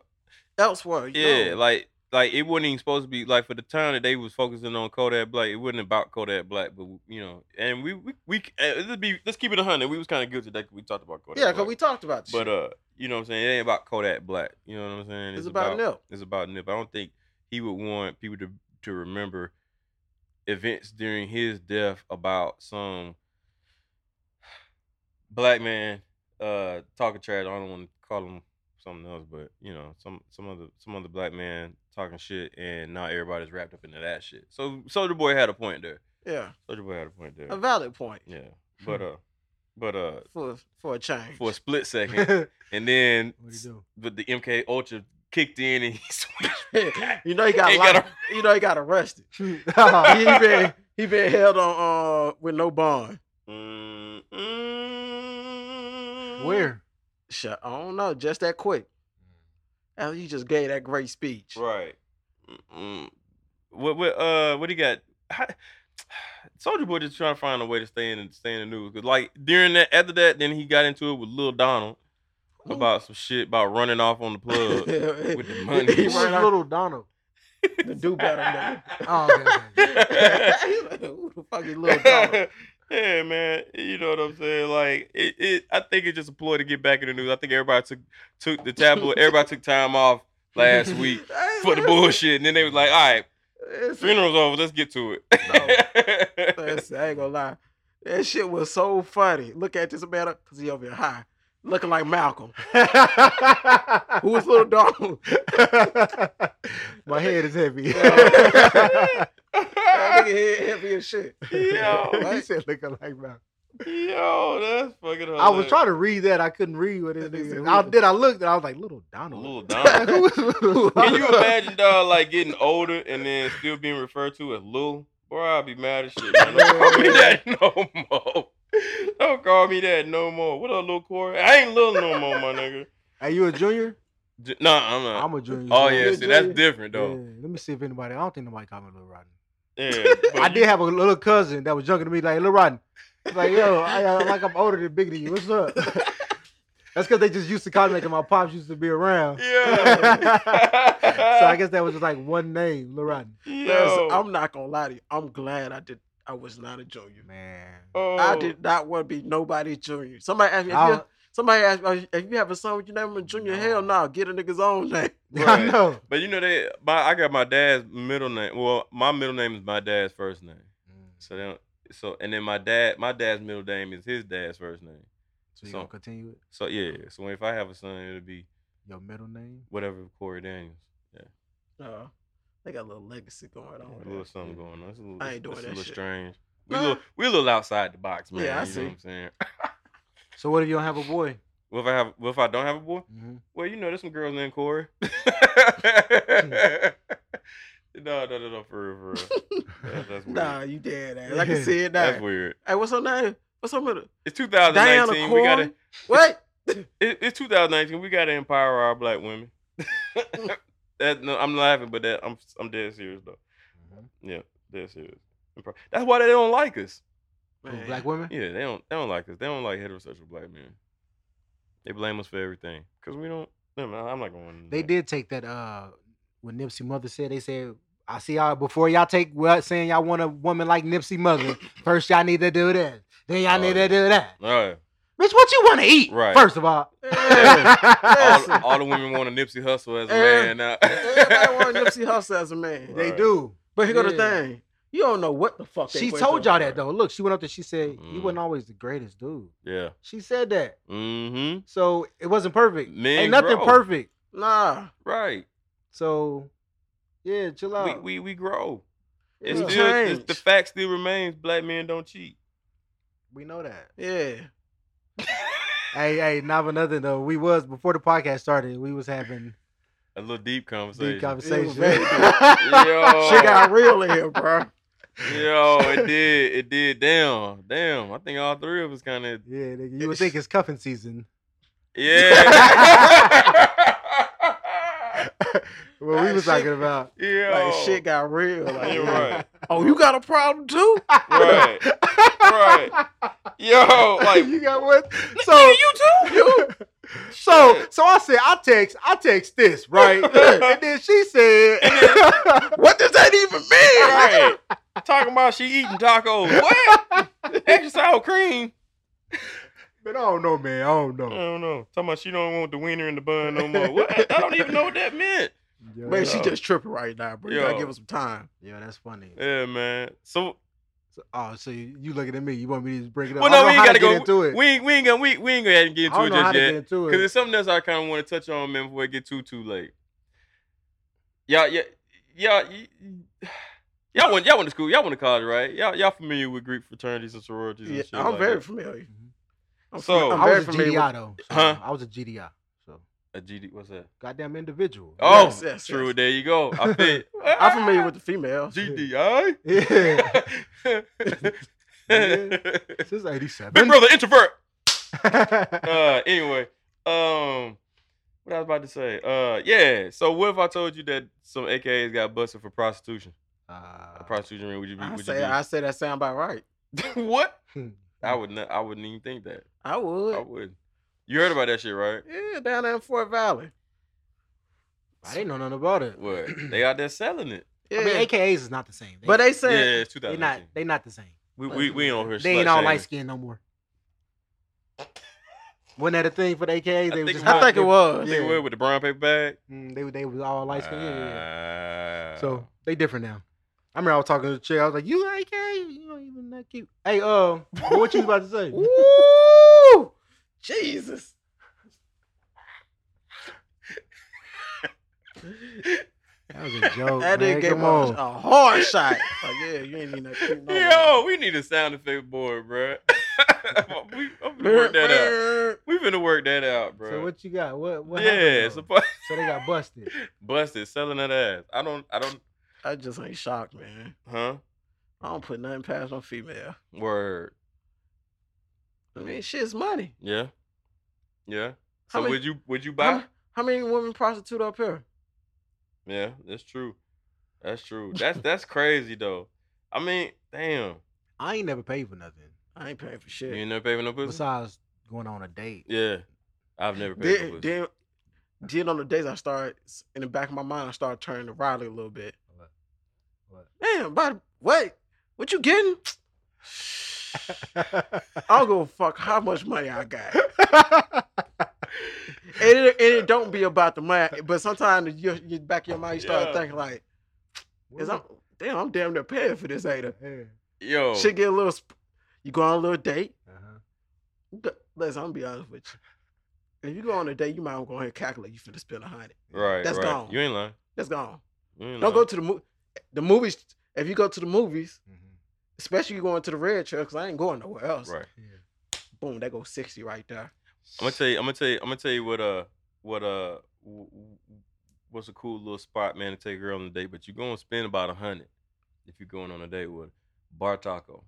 S3: Elsewhere, you
S2: Yeah.
S3: know.
S2: Like. Like it wasn't even supposed to be like for the time that they was focusing on Kodak Black, it wasn't about Kodak Black, but you know, and we we, we eh, it'd be let's keep it a hundred. We was kind of guilty that we talked about Kodak.
S3: yeah, cause
S2: Black.
S3: we talked about this.
S2: But
S3: shit.
S2: uh, you know what I'm saying? It ain't about Kodak Black. You know what I'm saying?
S3: it's, about, Nip.
S2: It's about Nip. I don't think he would want people to to remember events during his death about some black man uh talking trash. I don't want to call him something else, but you know, some some other some other black man talking shit, and now everybody's wrapped up into that shit. So Soldier Boy had a point there.
S3: Yeah,
S2: Soldier Boy had a point there.
S3: a valid point
S2: Yeah, but uh, but uh,
S3: for for a change.
S2: for a split second, and then
S1: what do you do?
S2: but the MK Ultra kicked in and he switched.
S3: you know he got,
S2: He
S3: locked,
S2: got
S3: you know he got arrested.
S1: Nah,
S3: he been he been held on uh with no bond.
S1: Where?
S3: Shit, I don't know, just that quick. And you just gave that great speech.
S2: Mm. Right. Mm-mm. What what uh what do you got? Soldier Boy just trying to find a way to stay in stay in the news. 'Cause, like during that after that, then he got into it with Lil Donald about some shit about running off on the plug.
S3: with
S2: the money.
S3: he
S1: Who's
S3: ran out
S1: little Donald?
S3: the do better
S1: Oh, okay, okay, okay.
S3: nigga. He like, Who the fuck is little dog?
S2: yeah, man. You know what I'm saying? Like it, it I think it's just a ploy to get back in the news. I think everybody took took the tabloid everybody took time off last week for the bullshit. And then they was like, all right,
S3: It's-
S2: funeral's over, let's get to
S3: That's-
S2: it.
S3: I ain't gonna lie. That shit was so funny. Look at this man because he over here high. Looking like Malcolm. Who was little dog?
S1: My head is heavy.
S3: that nigga head heavy as shit.
S2: Yo.
S1: he said, looking like Malcolm.
S2: Yo, that's fucking hilarious.
S1: I was trying to read that. I couldn't read what it
S3: They said,
S1: is.
S3: who
S1: I,
S3: the-
S1: then I looked and I was like, little Donald.
S2: Little Donald.
S1: Who is little
S2: Can you
S1: Donald?
S2: imagine, dog, like getting older and then still being referred to as Lil? Boy, I'll be mad as shit. Man. Don't call me that no more. Don't call me that no more. What up, Lil Corey? I ain't Lil no more, my nigga.
S1: Are you a junior?
S2: J- nah, I'm not.
S1: I'm a junior.
S2: oh
S1: so-
S2: yeah, see, that's different
S1: Yeah,
S2: though.
S1: Let me see if anybody. I don't think nobody called me Little Rodney.
S2: Yeah,
S1: I
S2: but
S1: did have a little cousin that was junking to me like Little Rodney. He's Like yo, I, uh, like I'm older than bigger than you. What's up? That's because they just used to call me like my pops used to be around.
S2: you- yeah.
S1: so I guess that was just like one name, Little Rodney.
S2: Yo.
S3: I'm not gonna lie to you. I'm glad I did. I was not a junior.
S1: Man,
S2: Oh.
S3: I did not want to be nobody's junior. Somebody asked me. If
S1: I
S3: you,
S1: don't-
S3: somebody asked me if you have a son with your name in junior. Hell no. get a nigga's own name.
S1: I
S2: Right.
S1: know.
S2: But you know they, my I got my dad's middle name. Well, my middle name is my dad's first name. So they don't. So and then my dad, my dad's middle name is his dad's first name.
S1: So you
S2: So-
S1: gonna continue it?
S2: So yeah. So if I have a son, it'll be
S1: Your middle name?
S2: whatever Corey Daniels.
S3: No, they got a little legacy going
S2: A
S3: on.
S2: little
S3: there.
S2: something going on. It's a little,
S3: I ain't doing
S2: it's
S3: that
S2: a little
S3: shit.
S2: strange. We
S3: Nah.
S2: look, we a little outside the box, man.
S3: Yeah, I
S2: you know
S3: see.
S2: what I'm saying.
S1: So what if you don't have a boy?
S2: Well, if I have, well, if I don't have a boy,
S1: Mm-hmm.
S2: well, you know, there's some girls named Corey. no, no, no, no, for real, for real. That- that's weird.
S3: Nah, you dead ass. I can see it now.
S2: that's weird.
S3: Hey, what's her name? What's her middle?
S2: It's 2019. we
S3: Corey?
S2: gotta.
S3: What?
S2: It, it's 2019. We gotta empower our black women. that no, I'm laughing, but that I'm I'm dead serious though. Yeah, dead serious. Empower- That's why they don't like us.
S3: Man,
S1: Black women?
S2: Mm-hmm. Yeah, they don't they don't like us. They don't like heterosexual black men. They blame us for everything because we don't. No, man, I'm not going. into
S1: They
S2: that.
S1: did take that. Uh, when Nipsey Mother said, they said, "I see y'all before y'all take what saying y'all want a woman like Nipsey Mother. First y'all need to do this. Then y'all
S2: Oh,
S1: need to
S2: yeah.
S1: do that.
S2: All right.
S1: Bitch, what you want to eat?
S2: Right.
S1: First of all,
S3: Yeah.
S2: All,
S3: Listen.
S2: all the women want a Nipsey Hustle as a
S3: Eh,
S2: man now.
S3: Everybody wanted Nipsey Hussle as a man.
S1: they
S2: Right.
S1: do.
S3: But here go the
S1: Yeah.
S3: thing. You don't know what the fuck they
S1: She
S3: went
S1: told
S3: through.
S1: y'all that though. Look, she went up there. She said, "You
S2: Mhm.
S1: wasn't always the greatest dude."
S2: Yeah.
S1: She said that.
S2: Mm-hmm.
S1: So it wasn't perfect.
S2: Men
S1: Ain't nothing
S2: grow.
S1: perfect.
S3: Nah.
S2: Right.
S1: So yeah, chill out.
S2: We we we grow. It's
S1: Yeah.
S2: still it's,
S3: Change.
S2: the fact still remains. Black men don't cheat.
S1: we know that.
S3: Yeah.
S1: Hey, hey, not for nothing though. We was before the podcast started. We was having
S2: A little deep conversation.
S1: deep conversation.
S3: very deep.
S2: Yo.
S3: Shit got real in here, bro.
S2: Yo, oh, it did. It did. Damn. Damn. I think all three of us kind of.
S1: yeah, nigga, you would think it's cuffing season.
S2: Yeah.
S1: What we
S3: Right,
S1: was
S3: shit.
S1: talking about.
S2: Yeah.
S3: Like shit got real. Like,
S2: You're right.
S3: Oh, you got a problem too?
S2: Right. Right. Yo, like
S1: you got what? So you too. so so I said I text I text this right, and then she said
S3: What does that even mean?
S2: right. Talking about she eating tacos. What? Exercise cream.
S1: But I don't know, man. I don't
S2: I
S1: know.
S2: don't know. Talking about she don't want the wiener in the bun no more. What? I don't even know what that meant.
S1: Yo,
S3: Man, she
S2: Yo.
S3: just tripping right now, bro. You
S2: Yo.
S3: gotta give her some time.
S1: yo, that's funny.
S2: Yeah, man. So
S1: So- oh, so you, you looking at me? You want me to break it up? I
S2: well, no,
S1: don't
S2: we
S1: know
S2: ain't
S1: how
S2: gotta
S1: to
S2: go.
S1: get into it.
S2: We ain't we ain't gonna we, we ain't
S1: I
S2: gonna get into
S1: don't
S2: it
S1: know how
S2: just
S1: to
S2: yet.
S1: get into
S2: Because
S1: it.
S2: it's something else I kind of want to touch on, man, before I get too too late. Y'all, yeah, y'all, y- y- y'all went, y'all went to school, y'all went to college, right? Y'all, y'all familiar with Greek fraternities and sororities? And
S3: Yeah,
S2: shit
S3: I'm
S2: like
S3: very
S2: that? Mm-hmm.
S3: familiar. I'm
S2: So-
S3: fam- I'm
S1: I
S3: very
S1: was a
S3: familiar.
S1: GDI
S3: with-
S1: though. So
S2: Huh?
S1: I was a GDI. So
S2: a GD. Uh, What's that?
S1: goddamn individual.
S2: Oh,
S3: Yes, yes,
S2: true.
S3: yes.
S2: There you go. I fit.
S3: I'm familiar with the females.
S2: GDI.
S1: Yeah.
S2: Big
S1: Since '87.
S2: brother introvert.
S1: yeah,
S2: Uh, anyway, um, what I was about to say. Uh, yeah. So what if I told you that some AKAs got busted for prostitution?
S1: Uh,
S2: A prostitution ring? Would you be?
S3: I
S2: Would
S3: say, I say that sound about right.
S2: you be? what?
S1: Hmm.
S2: I would not. I wouldn't even think that.
S3: I would.
S2: I would. You heard about that shit, right?
S3: Yeah, down there in Fort Valley.
S1: I didn't know nothing about it.
S2: What? They out there selling it.
S3: Yeah.
S1: I mean, AKAs is not the same. They,
S3: but they
S2: Yeah,
S3: say
S2: it's
S1: they not
S2: 2019.
S1: they not the same.
S2: We we we don't hear.
S1: They ain't all light skinned no more. Wasn't that a thing for the AKAs?
S2: I
S1: They was
S2: think
S1: just
S2: it
S3: I think it
S2: I
S3: was.
S2: think we're with the brown paper bag. Uh,
S1: Mm, they they was all light skinned. Yeah, yeah, yeah.
S2: Wow.
S1: So they different now. I remember I was talking to the chick. I was like, "You AK? You don't even that cute." Hey, uh, what you about to say?
S3: Ooh, Jesus.
S1: That was a joke.
S3: That
S1: Oh, man.
S3: nigga gave
S1: Come
S3: me a,
S1: on.
S3: a hard shot. Like, yeah, you ain't need no cute no more.
S2: Yo, we need a sound effect board, bruh. I'm gonna work that out. We finna work that out, bro.
S1: So what you got? What? what happened
S2: yeah,
S1: though?
S2: it's a bu-
S1: so they got busted.
S2: busted selling that ass. I don't, I don't,
S3: I just ain't shocked, man.
S2: huh?
S3: I don't put nothing past no female.
S2: Word.
S3: I mean, shit's money.
S2: Yeah, yeah.
S3: How
S2: So
S3: many-
S2: would you would you buy?
S3: How, how many women prostitute up here?
S2: Yeah, that's true. That's true. That's that's crazy though. I mean, damn.
S1: I ain't never paid for nothing
S3: I ain't paying for
S2: You
S3: shit.
S2: ain't never paid for no pussy.
S1: besides going on a date.
S2: Yeah, I've never paid for
S3: Then,
S2: pussy.
S3: then, then on the days I started, in the back of my mind, I started turning to Riley a little bit.
S1: What? What?
S3: Damn, but wait, what you getting? I don't give a fuck how much money I got. and, it, and it don't be about the money, but sometimes you, you back of your mind, you start
S2: Yeah.
S3: thinking like, is I'm, damn, I'm damn near paying for this, ain't I?
S1: Yeah.
S2: Yo,
S3: Shit get a little, sp- you go on a little date.
S1: Uh-huh.
S3: D- Listen, I'm gonna be honest with you. If you go on a date, you might want to go ahead and calculate you finna spend a hundred.
S2: right,
S3: that's
S2: right.
S3: gone.
S2: You ain't lying.
S3: That's gone.
S2: You ain't
S3: Don't
S2: lying.
S3: go to the movie. The movies. If you go to the movies,
S1: Mhm.
S3: especially you going to the red chair, because I ain't going nowhere else.
S2: Right.
S1: Yeah.
S3: Boom, that goes sixty right there.
S2: I'm gonna tell you. I'm gonna tell you. I'm gonna tell you what uh what uh w- w- what's a cool little spot, man, to take a girl on a date. But you're gonna spend about a hundred if you're going on a date with her. Bar Taco.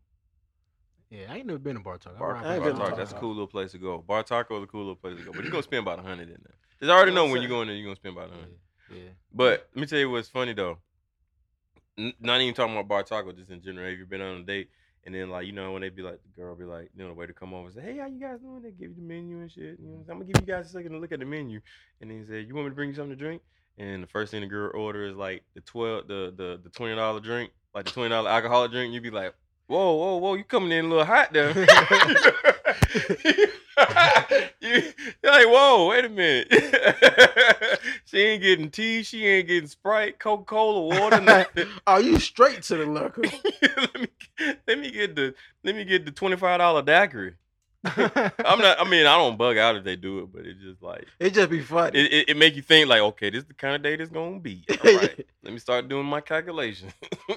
S1: Yeah, I ain't never been to Bar Taco. I'm
S2: Bar,
S1: around
S3: I ain't
S1: Bar
S2: Bar
S3: been to
S2: Taco.
S3: Bar
S2: That's a
S3: Taco.
S2: cool little place to go. Bar Taco is a cool little place to go. But you're gonna spend about a hundred in there. Cause I already
S3: That's
S2: know
S3: what
S2: when
S3: I'm
S2: you're going there, you're gonna spend about a
S1: Yeah.
S2: hundred.
S1: yeah.
S2: But let me tell you what's funny though. N- Not even talking about bar taco, just in general. If you've been on a date, and then like you know when they be like the girl be like, you know the waiter come over and say, hey, how you guys doing? They give you the menu and shit. You know, I'm gonna give you guys a second to look at the menu, and then say, you want me to bring you something to drink? And the first thing the girl order is like the twelve, the the the twenty dollar drink, like the twenty dollar alcoholic drink. You be like, whoa, whoa, whoa, you coming in a little hot there. you, are like, whoa, wait a minute. she ain't getting tea, she ain't getting Sprite, Coca Cola, water, nothing.
S3: Are you straight to the liquor?
S2: let me let me get the let me get the twenty five dollar daiquiri. I'm not. I mean, I don't bug out if they do it, but it just like
S3: It just be funny.
S2: it, it, it make you think like, okay, this is the kind of day this gonna be. All right, let me start doing my calculation.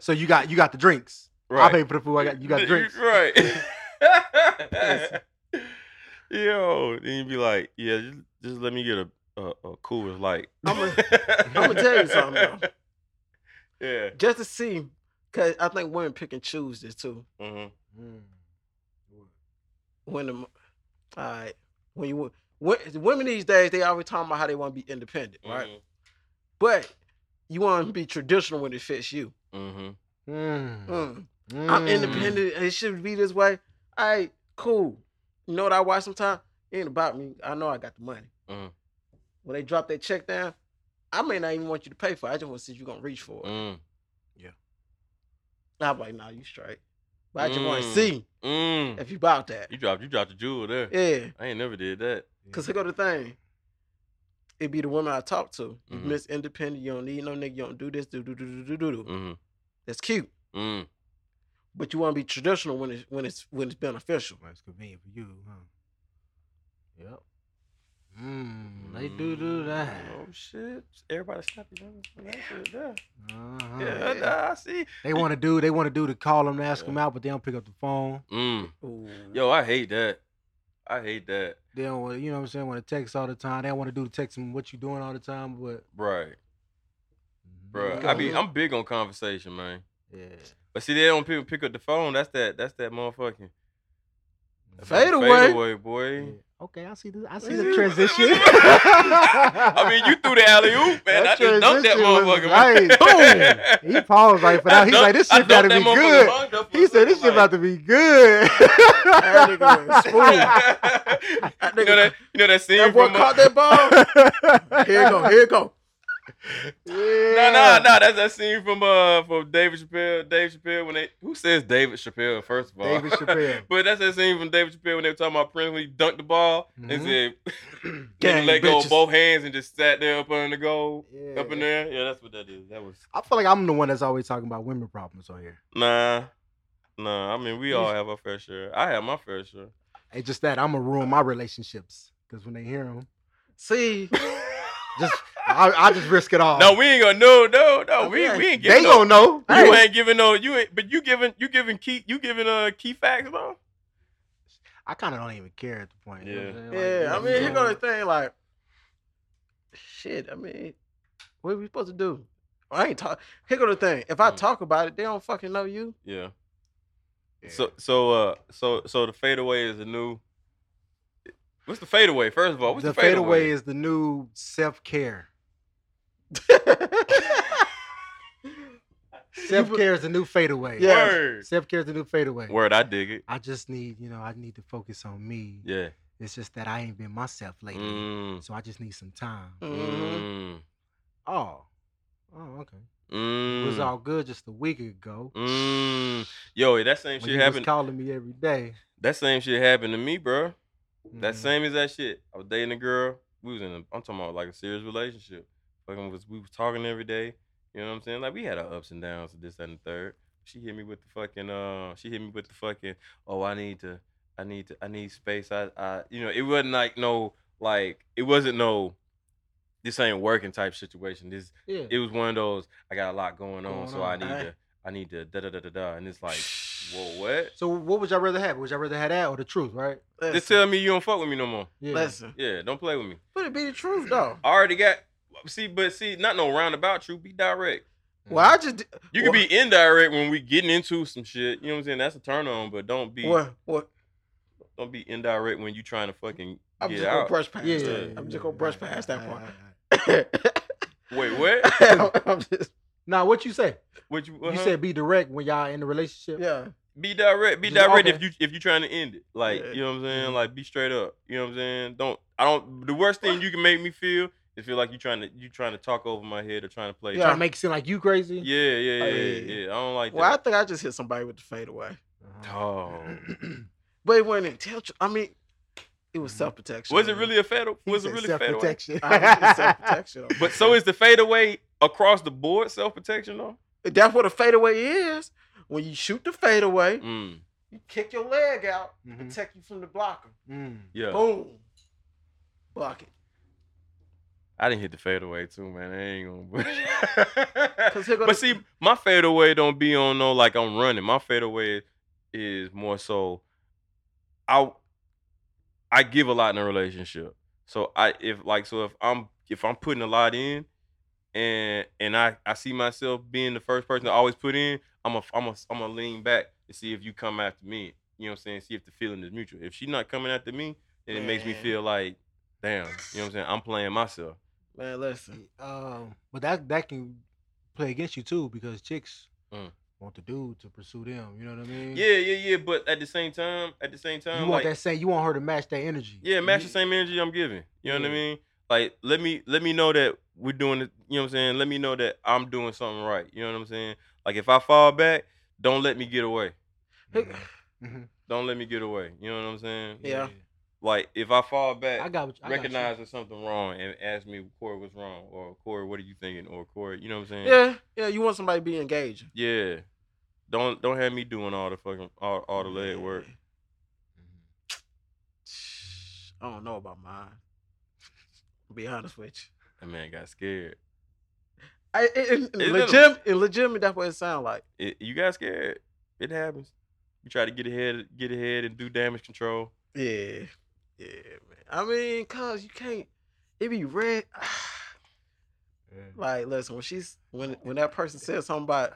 S1: So you got you got the drinks. I paid for the food. I got you got
S2: Th-
S1: drinks.
S2: Right. Yo, then you be like, yeah, just, just let me get a a, a coolest light.
S3: I'ma- I'ma tell you something,
S2: though. Yeah.
S3: just to see, cause I think women pick and choose this too.
S2: hmm
S1: Mm.
S3: When the, all right, when you when, women these days, they always talking about how they want to be independent,
S2: mm-hmm,
S3: right? But you want to be traditional when it fits you.
S2: hmm
S1: Mm.
S3: Mm.
S1: Mm.
S3: I'm independent. and It should be this way. All right, cool. You know what I watch sometimes? It ain't about me. I know I got the money.
S2: Mhm.
S3: When they drop that check down, I may not even want you to pay for it. I just want to see if you're going to reach for it.
S2: Mm.
S3: I'm like, nah, you straight. But I just want to
S2: Mm.
S3: see
S2: Mm.
S3: if you about that.
S2: You dropped you dropped a jewel there.
S3: Yeah.
S2: I ain't never did that.
S1: Mm.
S3: Because here go the thing. It be the women I talk to. You
S2: Mhm.
S3: miss independent. You don't need no nigga. You don't do this. Do do do do do do. do.
S2: hmm
S3: That's cute.
S2: Mm.
S3: But you want to be traditional when it's when it's when it's beneficial.
S1: Well, it's convenient for you, huh? Yep. Mm, they do do that.
S2: Oh shit! Everybody stop you. man. That shit there.
S1: Uh-huh.
S2: Yeah,
S3: yeah.
S2: I- I see.
S1: They want to do. They want to do to call them to ask
S2: Yeah.
S1: them out, but they don't pick up the phone.
S2: Mm.
S3: Ooh.
S2: Yo, I hate that. I hate that.
S1: They don't. Want, you know what I'm saying? Want to text all the time. They don't want to do the text them what you doing all the time, but
S2: Right, bro.
S3: Yeah.
S2: I be I'm big on conversation, man.
S1: Mm-hmm. yeah.
S2: But see, they don't people pick up the phone. That's that. That's that motherfucking that's that
S3: Fade away.
S2: boy.
S1: Yeah. Okay, I see this. I see the transition. I
S2: I mean, you threw the alley oop, man. I just dunked that motherfucker. man.
S1: Hey, boom. He paused right for now.
S2: I
S1: He's like,
S2: dunked-
S1: "This
S2: I
S1: shit got to
S2: dunked that
S1: be
S2: motherfucker
S1: good."
S2: long jump for
S1: He
S2: a
S1: said, "This
S2: second,
S1: shit about to be good."
S3: That nigga was smooth. That
S2: you
S3: nigga-
S2: know that you know that scene
S3: That boy
S2: from uh,
S3: caught that ball. Here it go. Here it go.
S2: no no no that's that scene from uh from David Chappelle Dave Chappelle when they who says David Chappelle first of all
S1: David Chappelle.
S2: but that's that scene from David Chappelle when they were talking about Prince when he dunked the ball and
S1: Mhm.
S2: said
S3: Gang
S2: nigga let go
S3: bitches.
S2: of both hands and just sat there up under the goal
S1: Yeah.
S2: up in there yeah that's what that is that was
S1: I feel like I'm the one that's always talking about women problems on here.
S2: nah nah I mean we all have our fair share I have my fair share
S1: It's just that I'm gonna ruin my relationships because when they hear them,
S3: See,
S1: just I, I just risk it all.
S2: no we ain't gonna no no no
S3: I
S2: we
S3: feel like
S2: we ain't
S1: they
S2: giving no
S1: gonna know.
S2: You
S1: Hey,
S2: ain't giving no. You ain't. But you giving. You giving key. You giving uh key facts though.
S1: I kind of don't even care at the point. you know what I'm saying? Like,
S3: Yeah, I
S1: what we
S3: mean, here go
S1: doing?
S3: the thing. Like, shit. I mean, what we supposed to do? I ain't talk. Here go the thing. If I
S2: Mm.
S3: talk about it, they don't fucking know you.
S2: Yeah.
S1: Yeah.
S2: So so uh so so the fadeaway is the new. What's the fadeaway? First of all, what's
S1: the
S2: the,
S1: fadeaway is the new self care. Self care is the new fadeaway.
S3: Yeah. Yes.
S2: Word.
S1: Self care is the new fadeaway.
S2: Word. I dig it.
S1: I just need, you know, I need to focus on me.
S2: Yeah.
S1: It's just that I ain't been myself lately,
S2: Mm.
S1: so I just need some time.
S3: Mhm.
S1: Mm-hmm.
S2: Mm.
S1: Oh, oh, okay. It was
S2: Mm.
S1: all good just a week ago.
S2: Mm. Yo, that same
S1: When
S2: shit
S1: you was
S2: happened.
S1: calling me every day.
S2: that same shit happened to me, bro. That
S1: Mm.
S2: same as that shit. I was dating a girl. We was in. A, I'm talking about like a serious relationship. Fucking was we was talking every day. You know what I'm saying? Like we had our ups and downs, this that, and the third. She hit me with the fucking. Uh, she hit me with the fucking. Oh, I need to. I need to. I need space. I. I. You know, it wasn't like no. Like it wasn't no. This ain't working type situation. This.
S1: Yeah.
S2: It was one of those. I got a lot going on,
S1: Going
S2: so
S1: on,
S2: I need
S1: aight.
S2: to. I need to da da da da da. And it's like, whoa, what?
S1: so what would y'all rather have? Would y'all rather have that or the truth, right?
S2: Just
S3: Listen,
S2: tell me you don't fuck with me no more.
S1: Yeah.
S3: listen.
S2: Yeah, don't play with me.
S3: But it be the truth though.
S2: I already got see, but see, not no roundabout truth. Be direct.
S1: Mm.
S3: Well, I just
S2: You can be indirect when we getting into some shit. You know what I'm saying? That's a turn on, but don't be
S3: what what
S2: don't be indirect when you trying to fucking
S3: I'm
S2: get
S3: just gonna
S2: out.
S3: brush past.
S1: yeah,
S3: it.
S1: yeah,
S2: I'm
S1: yeah,
S3: just
S1: yeah,
S3: gonna brush
S1: right,
S3: past
S1: right, right,
S3: that part.
S1: right, right.
S2: Wait, what?
S3: I'm just
S1: Now, what you say?
S2: What you,
S1: You
S2: uh-huh.
S1: said be direct when y'all in the relationship.
S3: yeah.
S2: be direct. Be
S1: Just-
S2: direct if
S1: okay.
S2: you if you trying to end it. Like
S3: Yeah.
S2: you know what I'm saying.
S1: Mhm.
S2: Like be straight up. You know what I'm saying. Don't I don't. The worst thing you can make me feel is feel like you trying to you trying to talk over my head or trying to play.
S1: Trying
S3: Yeah.
S1: to make it seem like you crazy.
S2: yeah, yeah, yeah,
S3: Oh, yeah,
S2: yeah,
S3: yeah.
S2: yeah. I don't like
S3: Well, I
S2: that.
S3: think I just hit somebody with the fadeaway.
S1: Uh-huh.
S2: oh,
S3: But it wasn't intentional. I mean, it was self protection.
S2: was it really a fatal?
S1: He
S2: Was it
S1: said
S2: really fatal?
S1: self-protection?
S3: self protection?
S2: But so is the fadeaway across the board self protection though?
S3: that's what a fadeaway is. When you shoot the fadeaway,
S2: Mm,
S3: you kick your leg out,
S1: Mhm.
S3: protect you from the blocker.
S1: Mm.
S2: yeah.
S3: Boom, block it.
S2: I didn't hit the fadeaway too, man. I ain't gonna.
S3: 'Cause here go
S2: but
S3: the-
S2: see, my fadeaway don't be on no like I'm running. My fadeaway is more so. I I give a lot in a relationship, so I if like so if I'm if I'm putting a lot in, and and I I see myself being the first person to always put in. I'm a I'm a I'm a lean back to see if you come after me. You know what I'm saying? See if the feeling is mutual. If she's not coming after me, then it makes me
S3: Man.
S2: feel like, damn. You know what I'm saying? I'm playing myself.
S3: Man, listen.
S1: Um, but that that can play against you too because chicks
S2: Mm.
S1: want the dude to pursue them. You know what I mean?
S2: Yeah, yeah, yeah. But at the same time, at the same
S1: Mm. You
S2: time,
S1: want
S2: like
S1: that same. You want her to match that energy.
S2: yeah, match
S1: You-
S2: the same energy I'm giving. You know what I
S1: Mm-hmm. Yeah.
S2: mean? Like let me let me know that we're doing it. You know what I'm saying? Let me know that I'm doing something right. You know what I'm saying? Like if I fall back, don't let me get away.
S1: Mhm. Mhm.
S2: Don't let me get away. You know what I'm saying?
S3: Yeah.
S2: Like if I fall back,
S1: I got. What, I got you.
S2: recognize there's something wrong and ask me, Corey, what's wrong? Or Corey, what are you thinking? Or Corey, you know what I'm saying?
S3: Yeah, yeah. You want somebody to be engaging.
S2: Yeah. Don't don't have me doing all the fucking all, all the leg work.
S3: Mm-hmm. I don't know about mine. Be honest with you.
S2: That man got scared.
S3: I, it, it, it,
S2: It's
S3: legit, it legitimate. That's what it sound like.
S2: it, you got scared. It happens. You try to get ahead, get ahead, and do damage control.
S3: Yeah, yeah, man. I mean, cause you can't. It be red. Like, listen, when she's when when that person says something about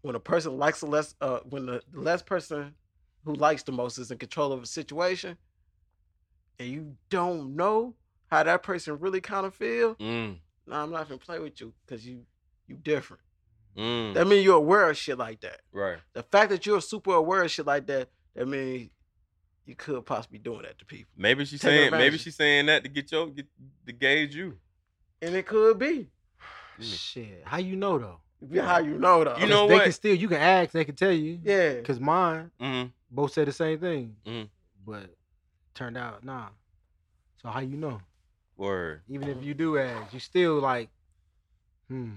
S3: when a person likes the less, uh, when the less person who likes the most is in control of a situation, and you don't know how that person really kind of feel.
S2: Mm,
S3: Nah, I'm not gonna play with you because you you different.
S2: mm,
S3: That means you're aware of shit like that.
S2: right.
S3: The fact that you're super aware of shit like that, that means you could possibly be doing that to people.
S2: Maybe she's
S3: Take
S2: saying, maybe
S3: advantage.
S2: she's saying that to get your, get, to gauge you.
S3: And it could be.
S1: Shit. How you know though?
S3: It'd be how you know though.
S2: You know
S1: they
S2: what?
S1: can still. You can ask. They can tell you.
S3: Yeah.
S1: Cause mine
S2: Mm,
S1: both said the same thing,
S2: Mhm.
S1: but turned out nah. So how you know?
S2: word.
S1: Even if you do ask, you still like, hmm.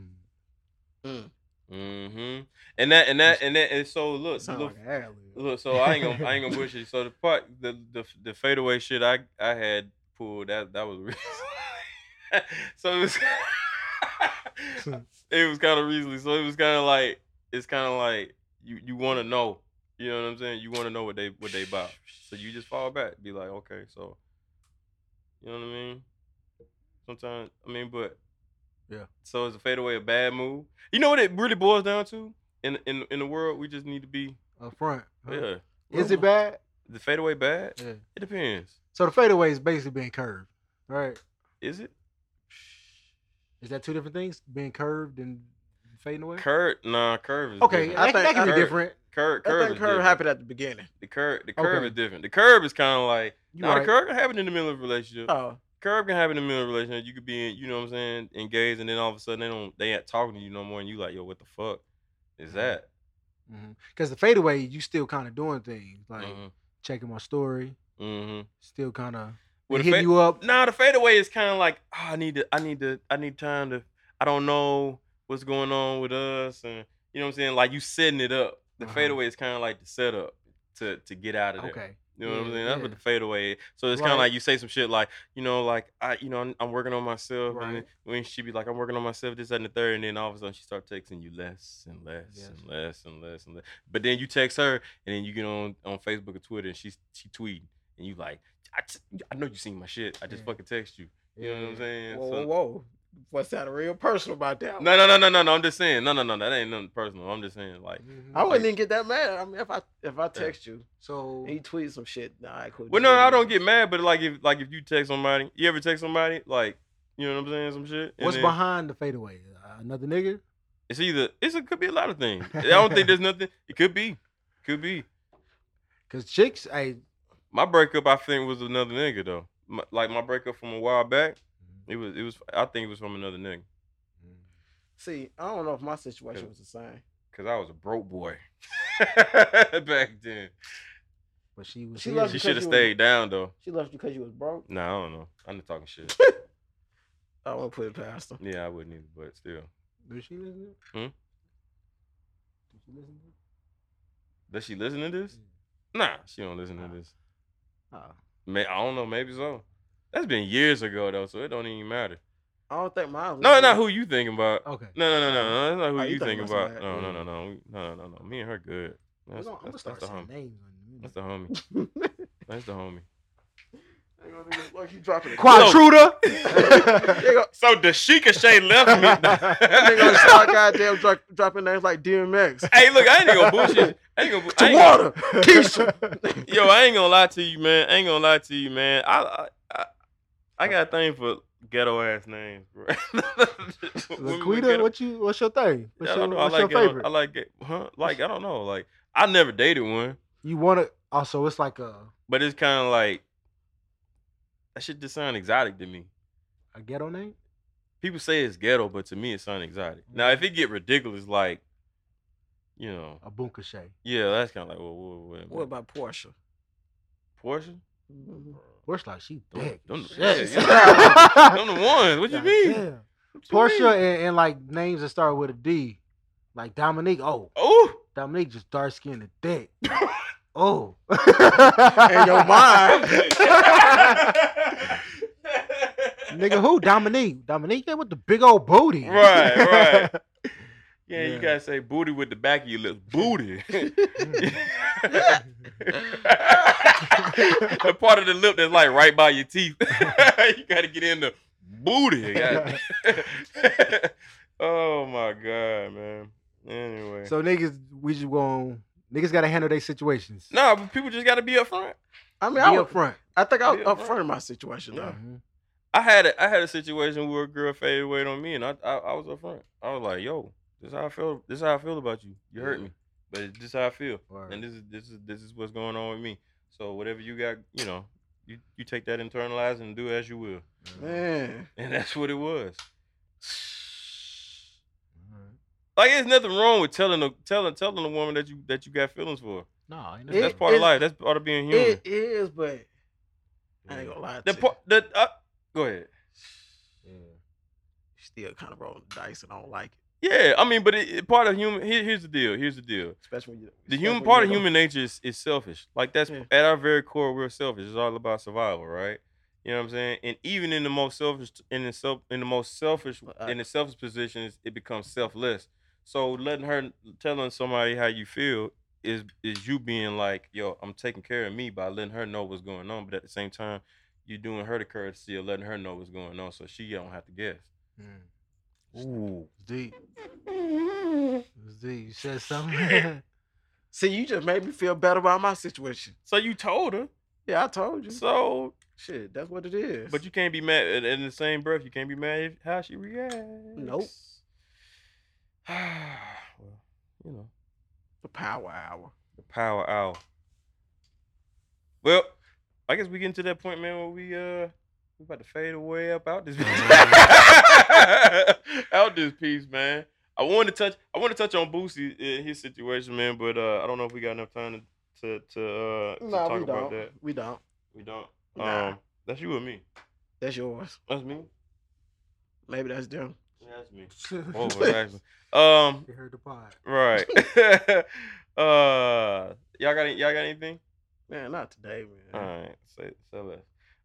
S3: Mm.
S2: Mm-hmm. And that, and that, and that, and so look,
S3: Sound
S2: look,
S1: Like an ad lib.
S2: Look, so I ain't gonna I ain't gonna bullshit. you. So the part the the the fadeaway shit I I had pulled that that was re- so it was it was kind of recently. So it was kind of like it's kind of like you you want to know You know what I'm saying? You want to know what they what they about, so you just fall back, be like, okay, so. You know what I mean? Sometimes I mean, but
S1: Yeah.
S2: So is a fadeaway a bad move? You know what it really boils down to in in in the world? We just need to be
S1: Up front. huh?
S2: yeah.
S1: Is it bad?
S2: The fadeaway bad?
S1: Yeah.
S2: It depends.
S1: So the fadeaway is basically being curved, right?
S2: Is it
S1: Is that two different things? Being curved and fading away?
S2: curve? Nah, curve is
S1: Okay,
S2: Different.
S1: that,
S3: I
S1: that
S3: think-
S1: can
S2: I-
S1: be different.
S2: Curve,
S3: That
S2: curve
S3: thing
S2: is
S3: curve
S2: different.
S3: happened at the beginning.
S2: The curve, the curve
S1: Okay.
S2: is different. The curve is kind of like
S1: You
S2: nah,
S1: right. Uh.
S2: the curve can happen in the middle of a relationship.
S3: Oh,
S2: Curve can happen in the middle of a relationship. You could be, in, you know what I'm saying, engaged, and then all of a sudden they don't, they ain't talking to you no more, and you like, yo, what the fuck
S1: Mm-hmm.
S2: is that?
S1: Because Mm-hmm. the fadeaway, you still kind of doing things like
S2: Mm-hmm.
S1: checking my story,
S2: mm-hmm.
S1: still kind of
S2: With a
S1: hitting
S2: fa-
S1: you up.
S2: Nah, the fadeaway is kind of like oh, I need to, I need to, I need time to. I don't know what's going on with us, and you know what I'm saying. Like you setting it up. The
S1: Uh-huh.
S2: fadeaway is kind of like the setup to to get out of there.
S1: Okay,
S2: You know what I'm
S1: Yeah,
S2: saying? That's what
S1: yeah.
S2: the fadeaway is. So it's kind
S1: Right.
S2: of like you say some shit like, you know, like I, you know, I'm, I'm working on myself, and then
S1: Right.
S2: when she be like, I'm working on myself, this that, and the third, and then all of a sudden she start texting you less and less
S1: Yes.
S2: and less and less and less. But then you text her, and then you get on on Facebook or Twitter, and she's she tweeting, and you like, I, t- I know you seen my shit. I just
S1: Yeah.
S2: fucking text you. You know what I'm saying?
S3: whoa,
S2: So-
S3: whoa, whoa. What's that real personal about that? one?
S2: No, no, no, no, no, no. I'm just saying. No, no, no. That ain't nothing personal. I'm just saying like.
S1: Mhm.
S3: I wouldn't even get that mad. I mean, if I if I text you
S1: so
S3: and you tweet some shit, nah, I could.
S2: Well, no, I don't get mad, but like if like if you text somebody, you ever text somebody like. You know what I'm saying? Some shit. and
S1: what's
S2: then-
S1: behind the fadeaway? Uh, another nigga?
S2: It's either it's it could be a lot of things. I don't think there's nothing. It could be, could be.
S1: Because chicks, hey,
S2: My breakup, I think, was another nigga though. My, like my breakup from a while back, it was it was. I think it was from another nigga
S3: See, I don't know if my situation was the same.
S2: because I was a broke boy back then.
S1: but she was
S3: She
S1: here.
S3: loves
S2: She should
S3: Because
S2: have
S3: you was-
S2: stayed down though.
S3: She left you because you was broke.
S2: Nah, I don't know. I'm not talking shit.
S3: I won't put it past her.
S2: Yeah, I wouldn't either, but still.
S1: Does she listen?
S2: Hmm?
S1: Does she listen?
S2: Does she listen to this? Nah, she don't listen to this.
S1: Oh.
S2: May I don't know. Maybe so. That's been years ago though, so it don't even matter.
S3: I don't think mine.
S2: No, not who you thinking about.
S1: Okay.
S2: No, no, no, no, no. That's not who
S3: Oh,
S2: you,
S3: you
S2: think
S3: thinking
S2: about.
S3: about
S2: No,
S3: somebody
S2: no,
S3: else.
S2: no, no, we- no, no, no, no. Me and her good.
S1: We're
S2: That's,
S1: gonna, I'm going to
S2: that's, that's
S1: start
S2: the
S1: saying
S2: homie.
S1: names on
S2: That's the homie. That's the homie.
S3: Like you dropping it.
S1: Quadruda!
S3: They gonna-
S2: So Dashika Shay left
S3: they
S2: me.
S3: gonna start goddamn dro- dropping names like DMX.
S2: hey, look, I ain't gonna bullshit. I ain't gonna. bu- I ain't gonna-
S3: Water, Keisha.
S2: yo, I ain't gonna lie to you, man. I ain't gonna lie to you, man. I, I, I, I got a thing for ghetto ass names, bro. Women with
S1: Laquita,
S2: ghetto-
S1: what you? What's your thing? What's
S2: I
S1: your,
S2: don't know. I
S1: what's
S2: like.
S1: your
S2: ghetto-
S1: favorite?
S2: I like. it- Huh? Like I don't know. Like I never dated one.
S1: You want to? Also, it's like a,
S2: but it's kind of like that shit just sound exotic to me.
S1: a ghetto name.
S2: People say it's ghetto, but to me it sound exotic. Now if it get ridiculous, like you know,
S1: A bunkache.
S2: yeah, that's kind of like well, well, well,
S3: What about Portia?
S2: Portia?
S1: Where's like she
S2: Them-
S1: big.
S2: them-
S1: Shit.
S2: yeah, Them the ones. What you
S1: God
S2: mean?
S1: damn.
S2: What you
S1: Portia
S2: mean?
S1: and, and like names that start with a D, like Dominique. Oh,
S2: Oh,
S1: Dominique just dark skinned and thick. oh,
S3: In your mind,
S1: nigga, who Dominique? Dominique yeah, with the big old booty.
S2: Right, right. yeah, you
S1: Yeah.
S2: gotta say booty with the back of your lips. Booty. the part of the lip that's like right by your teeth. you gotta get in the booty. God. oh my god, man. Anyway.
S1: so niggas, we just going niggas got to handle their situations.
S2: nah, but people just gotta be upfront.
S3: I mean,
S1: Be
S3: I, was,
S1: up front.
S3: I think I was
S2: Be
S3: up
S2: upfront.
S3: front in my situation though.
S1: Mhm.
S2: I had a, I had a situation where a girl faded away on me, and I, I I was upfront. I was like, "Yo, this how I feel. This how I feel about you. You hurt me, but it's just how I feel,
S1: Word.
S2: and this is this is this is what's going on with me. So whatever you got, you know, you you take that internalize and do as you will,
S3: Man,
S2: and that's what it was.
S1: Mm-hmm.
S2: Like, there's nothing wrong with telling a telling telling a woman that you that you got feelings for.
S1: No, ain't
S2: That's
S1: nothing.
S3: It-
S2: part of
S3: it's-
S2: life. That's part of being human.
S3: it is, but I ain't gonna lie.
S2: the
S3: to you.
S2: part the uh, go ahead.
S3: still kind of rolling the dice, and I don't like it.
S2: Yeah, I mean, but it, it part of human. Here, here's the deal. Here's the deal.
S3: Especially when you
S2: the
S3: especially
S2: human
S3: when
S2: part
S3: you
S2: of
S3: don't-
S2: human nature is, is selfish. Like that's
S3: Yeah.
S2: at our very core, we're selfish. It's all about survival, right? You know what I'm saying? And even in the most selfish, in the self, in the most selfish,
S3: Well, I-
S2: in the selfish positions, it becomes selfless. So letting her telling somebody how you feel is is you being like, yo, I'm taking care of me by letting her know what's going on, but at the same time, you doing her the courtesy of letting her know what's going on, so she don't have to guess.
S1: Ooh, Mm. it's deep. It's deep. You said something.
S3: See, you just made me feel better about my situation.
S2: So you told her.
S3: Yeah, I told you.
S2: So,
S3: Shit, that's what it is.
S2: but you can't be mad. In, in the same breath, you can't be mad if- how she reacts. Nope. well, you know.
S3: the power hour.
S2: The power hour. Well, I guess we getting to that point, man, where we uh we about to fade away up out this Oh, out this piece, man. I wanted to touch I want to touch on Boosie and his situation, man, but uh I don't know if we got enough time to to, to uh to
S3: No,
S2: talk
S3: we
S2: about
S3: don't.
S2: that.
S3: We don't.
S2: We don't.
S3: Nah.
S2: Um that's you and me.
S3: That's yours.
S2: That's me.
S3: Maybe that's them.
S2: Yeah, that's me.
S1: you
S2: Oh, exactly. Um
S1: heard the pod.
S2: right. uh y'all got any, y'all got anything?
S3: Man, not today,
S2: All
S3: man.
S2: right, say say less.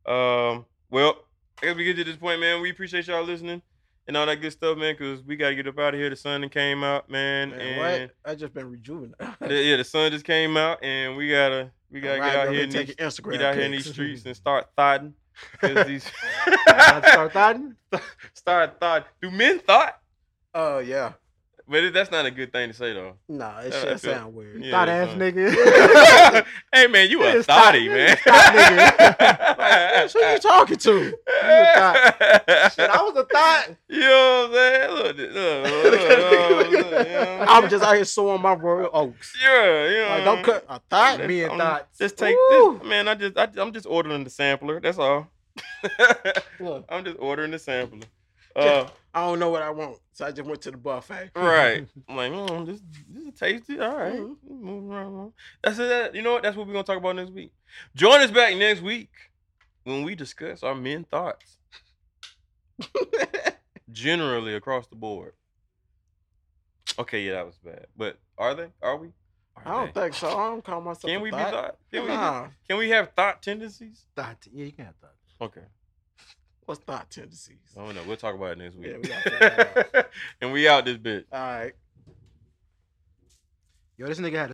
S2: Um, well, I guess we get to this point, man. We appreciate y'all listening and all that good stuff, man. Cause we gotta get up out of here. The sun done came out, man,
S3: man
S2: and
S3: what? I just been rejuvenated.
S2: the- yeah, the sun just came out, and we gotta we gotta
S3: Right,
S2: get out
S3: go
S2: here
S3: and
S2: in
S3: take
S2: these,
S3: your Instagram
S2: get out here in
S3: pics.
S2: these streets and start thotting. Cause these
S1: About to start thotting?
S2: start thought. Do men thought?
S3: Oh yeah.
S2: But it, that's not a good thing to say though.
S3: Nah, it
S2: Yeah, I
S3: should
S2: feel-
S3: sound weird.
S2: Yeah,
S1: Thought
S2: it's
S1: ass
S2: not.
S1: nigga.
S2: hey man, you a
S1: It's thot-
S2: thotty, man.
S1: it's thot, nigga.
S3: Like, who you talking to?
S1: Shit, I was a thought.
S2: You know what I'm saying? Look, look, look, look, look, look, you know what I'm
S3: I'm just out here sowing my royal oaks.
S2: saying? yeah, you know.
S3: Like,
S2: what
S3: don't
S2: I'm-
S3: cut. I thought
S2: That's-
S1: me and
S2: I'm
S1: thoughts.
S2: Just take
S3: Woo.
S2: this, man. I just, I, I'm just ordering the sampler. That's all.
S3: Look,
S2: I'm just ordering the sampler. Uh,
S3: I don't know what I want, so I just went to the buffet.
S2: right. I'm like, mm, this, this is tasty. All right.
S3: Mm-hmm.
S2: Moving right along. That's it. You know what? That's what we're gonna talk about next week. Join us back next week when we discuss our men thoughts generally across the board. Okay, yeah, that was bad. But are they? Are we? Are
S3: I don't
S2: they?
S3: think so. I don't call myself.
S2: Can
S3: a
S2: we
S3: thot.
S2: be thought? Can we?
S3: Nah,
S2: Can we have thought tendencies?
S1: Thought. Yeah, you can have thought.
S2: Okay.
S3: what's thought tendencies?
S2: I don't know. We'll talk about it next week.
S3: Yeah, we gotta figure it
S2: and we out this bitch.
S3: All right.
S1: Yo, this nigga had a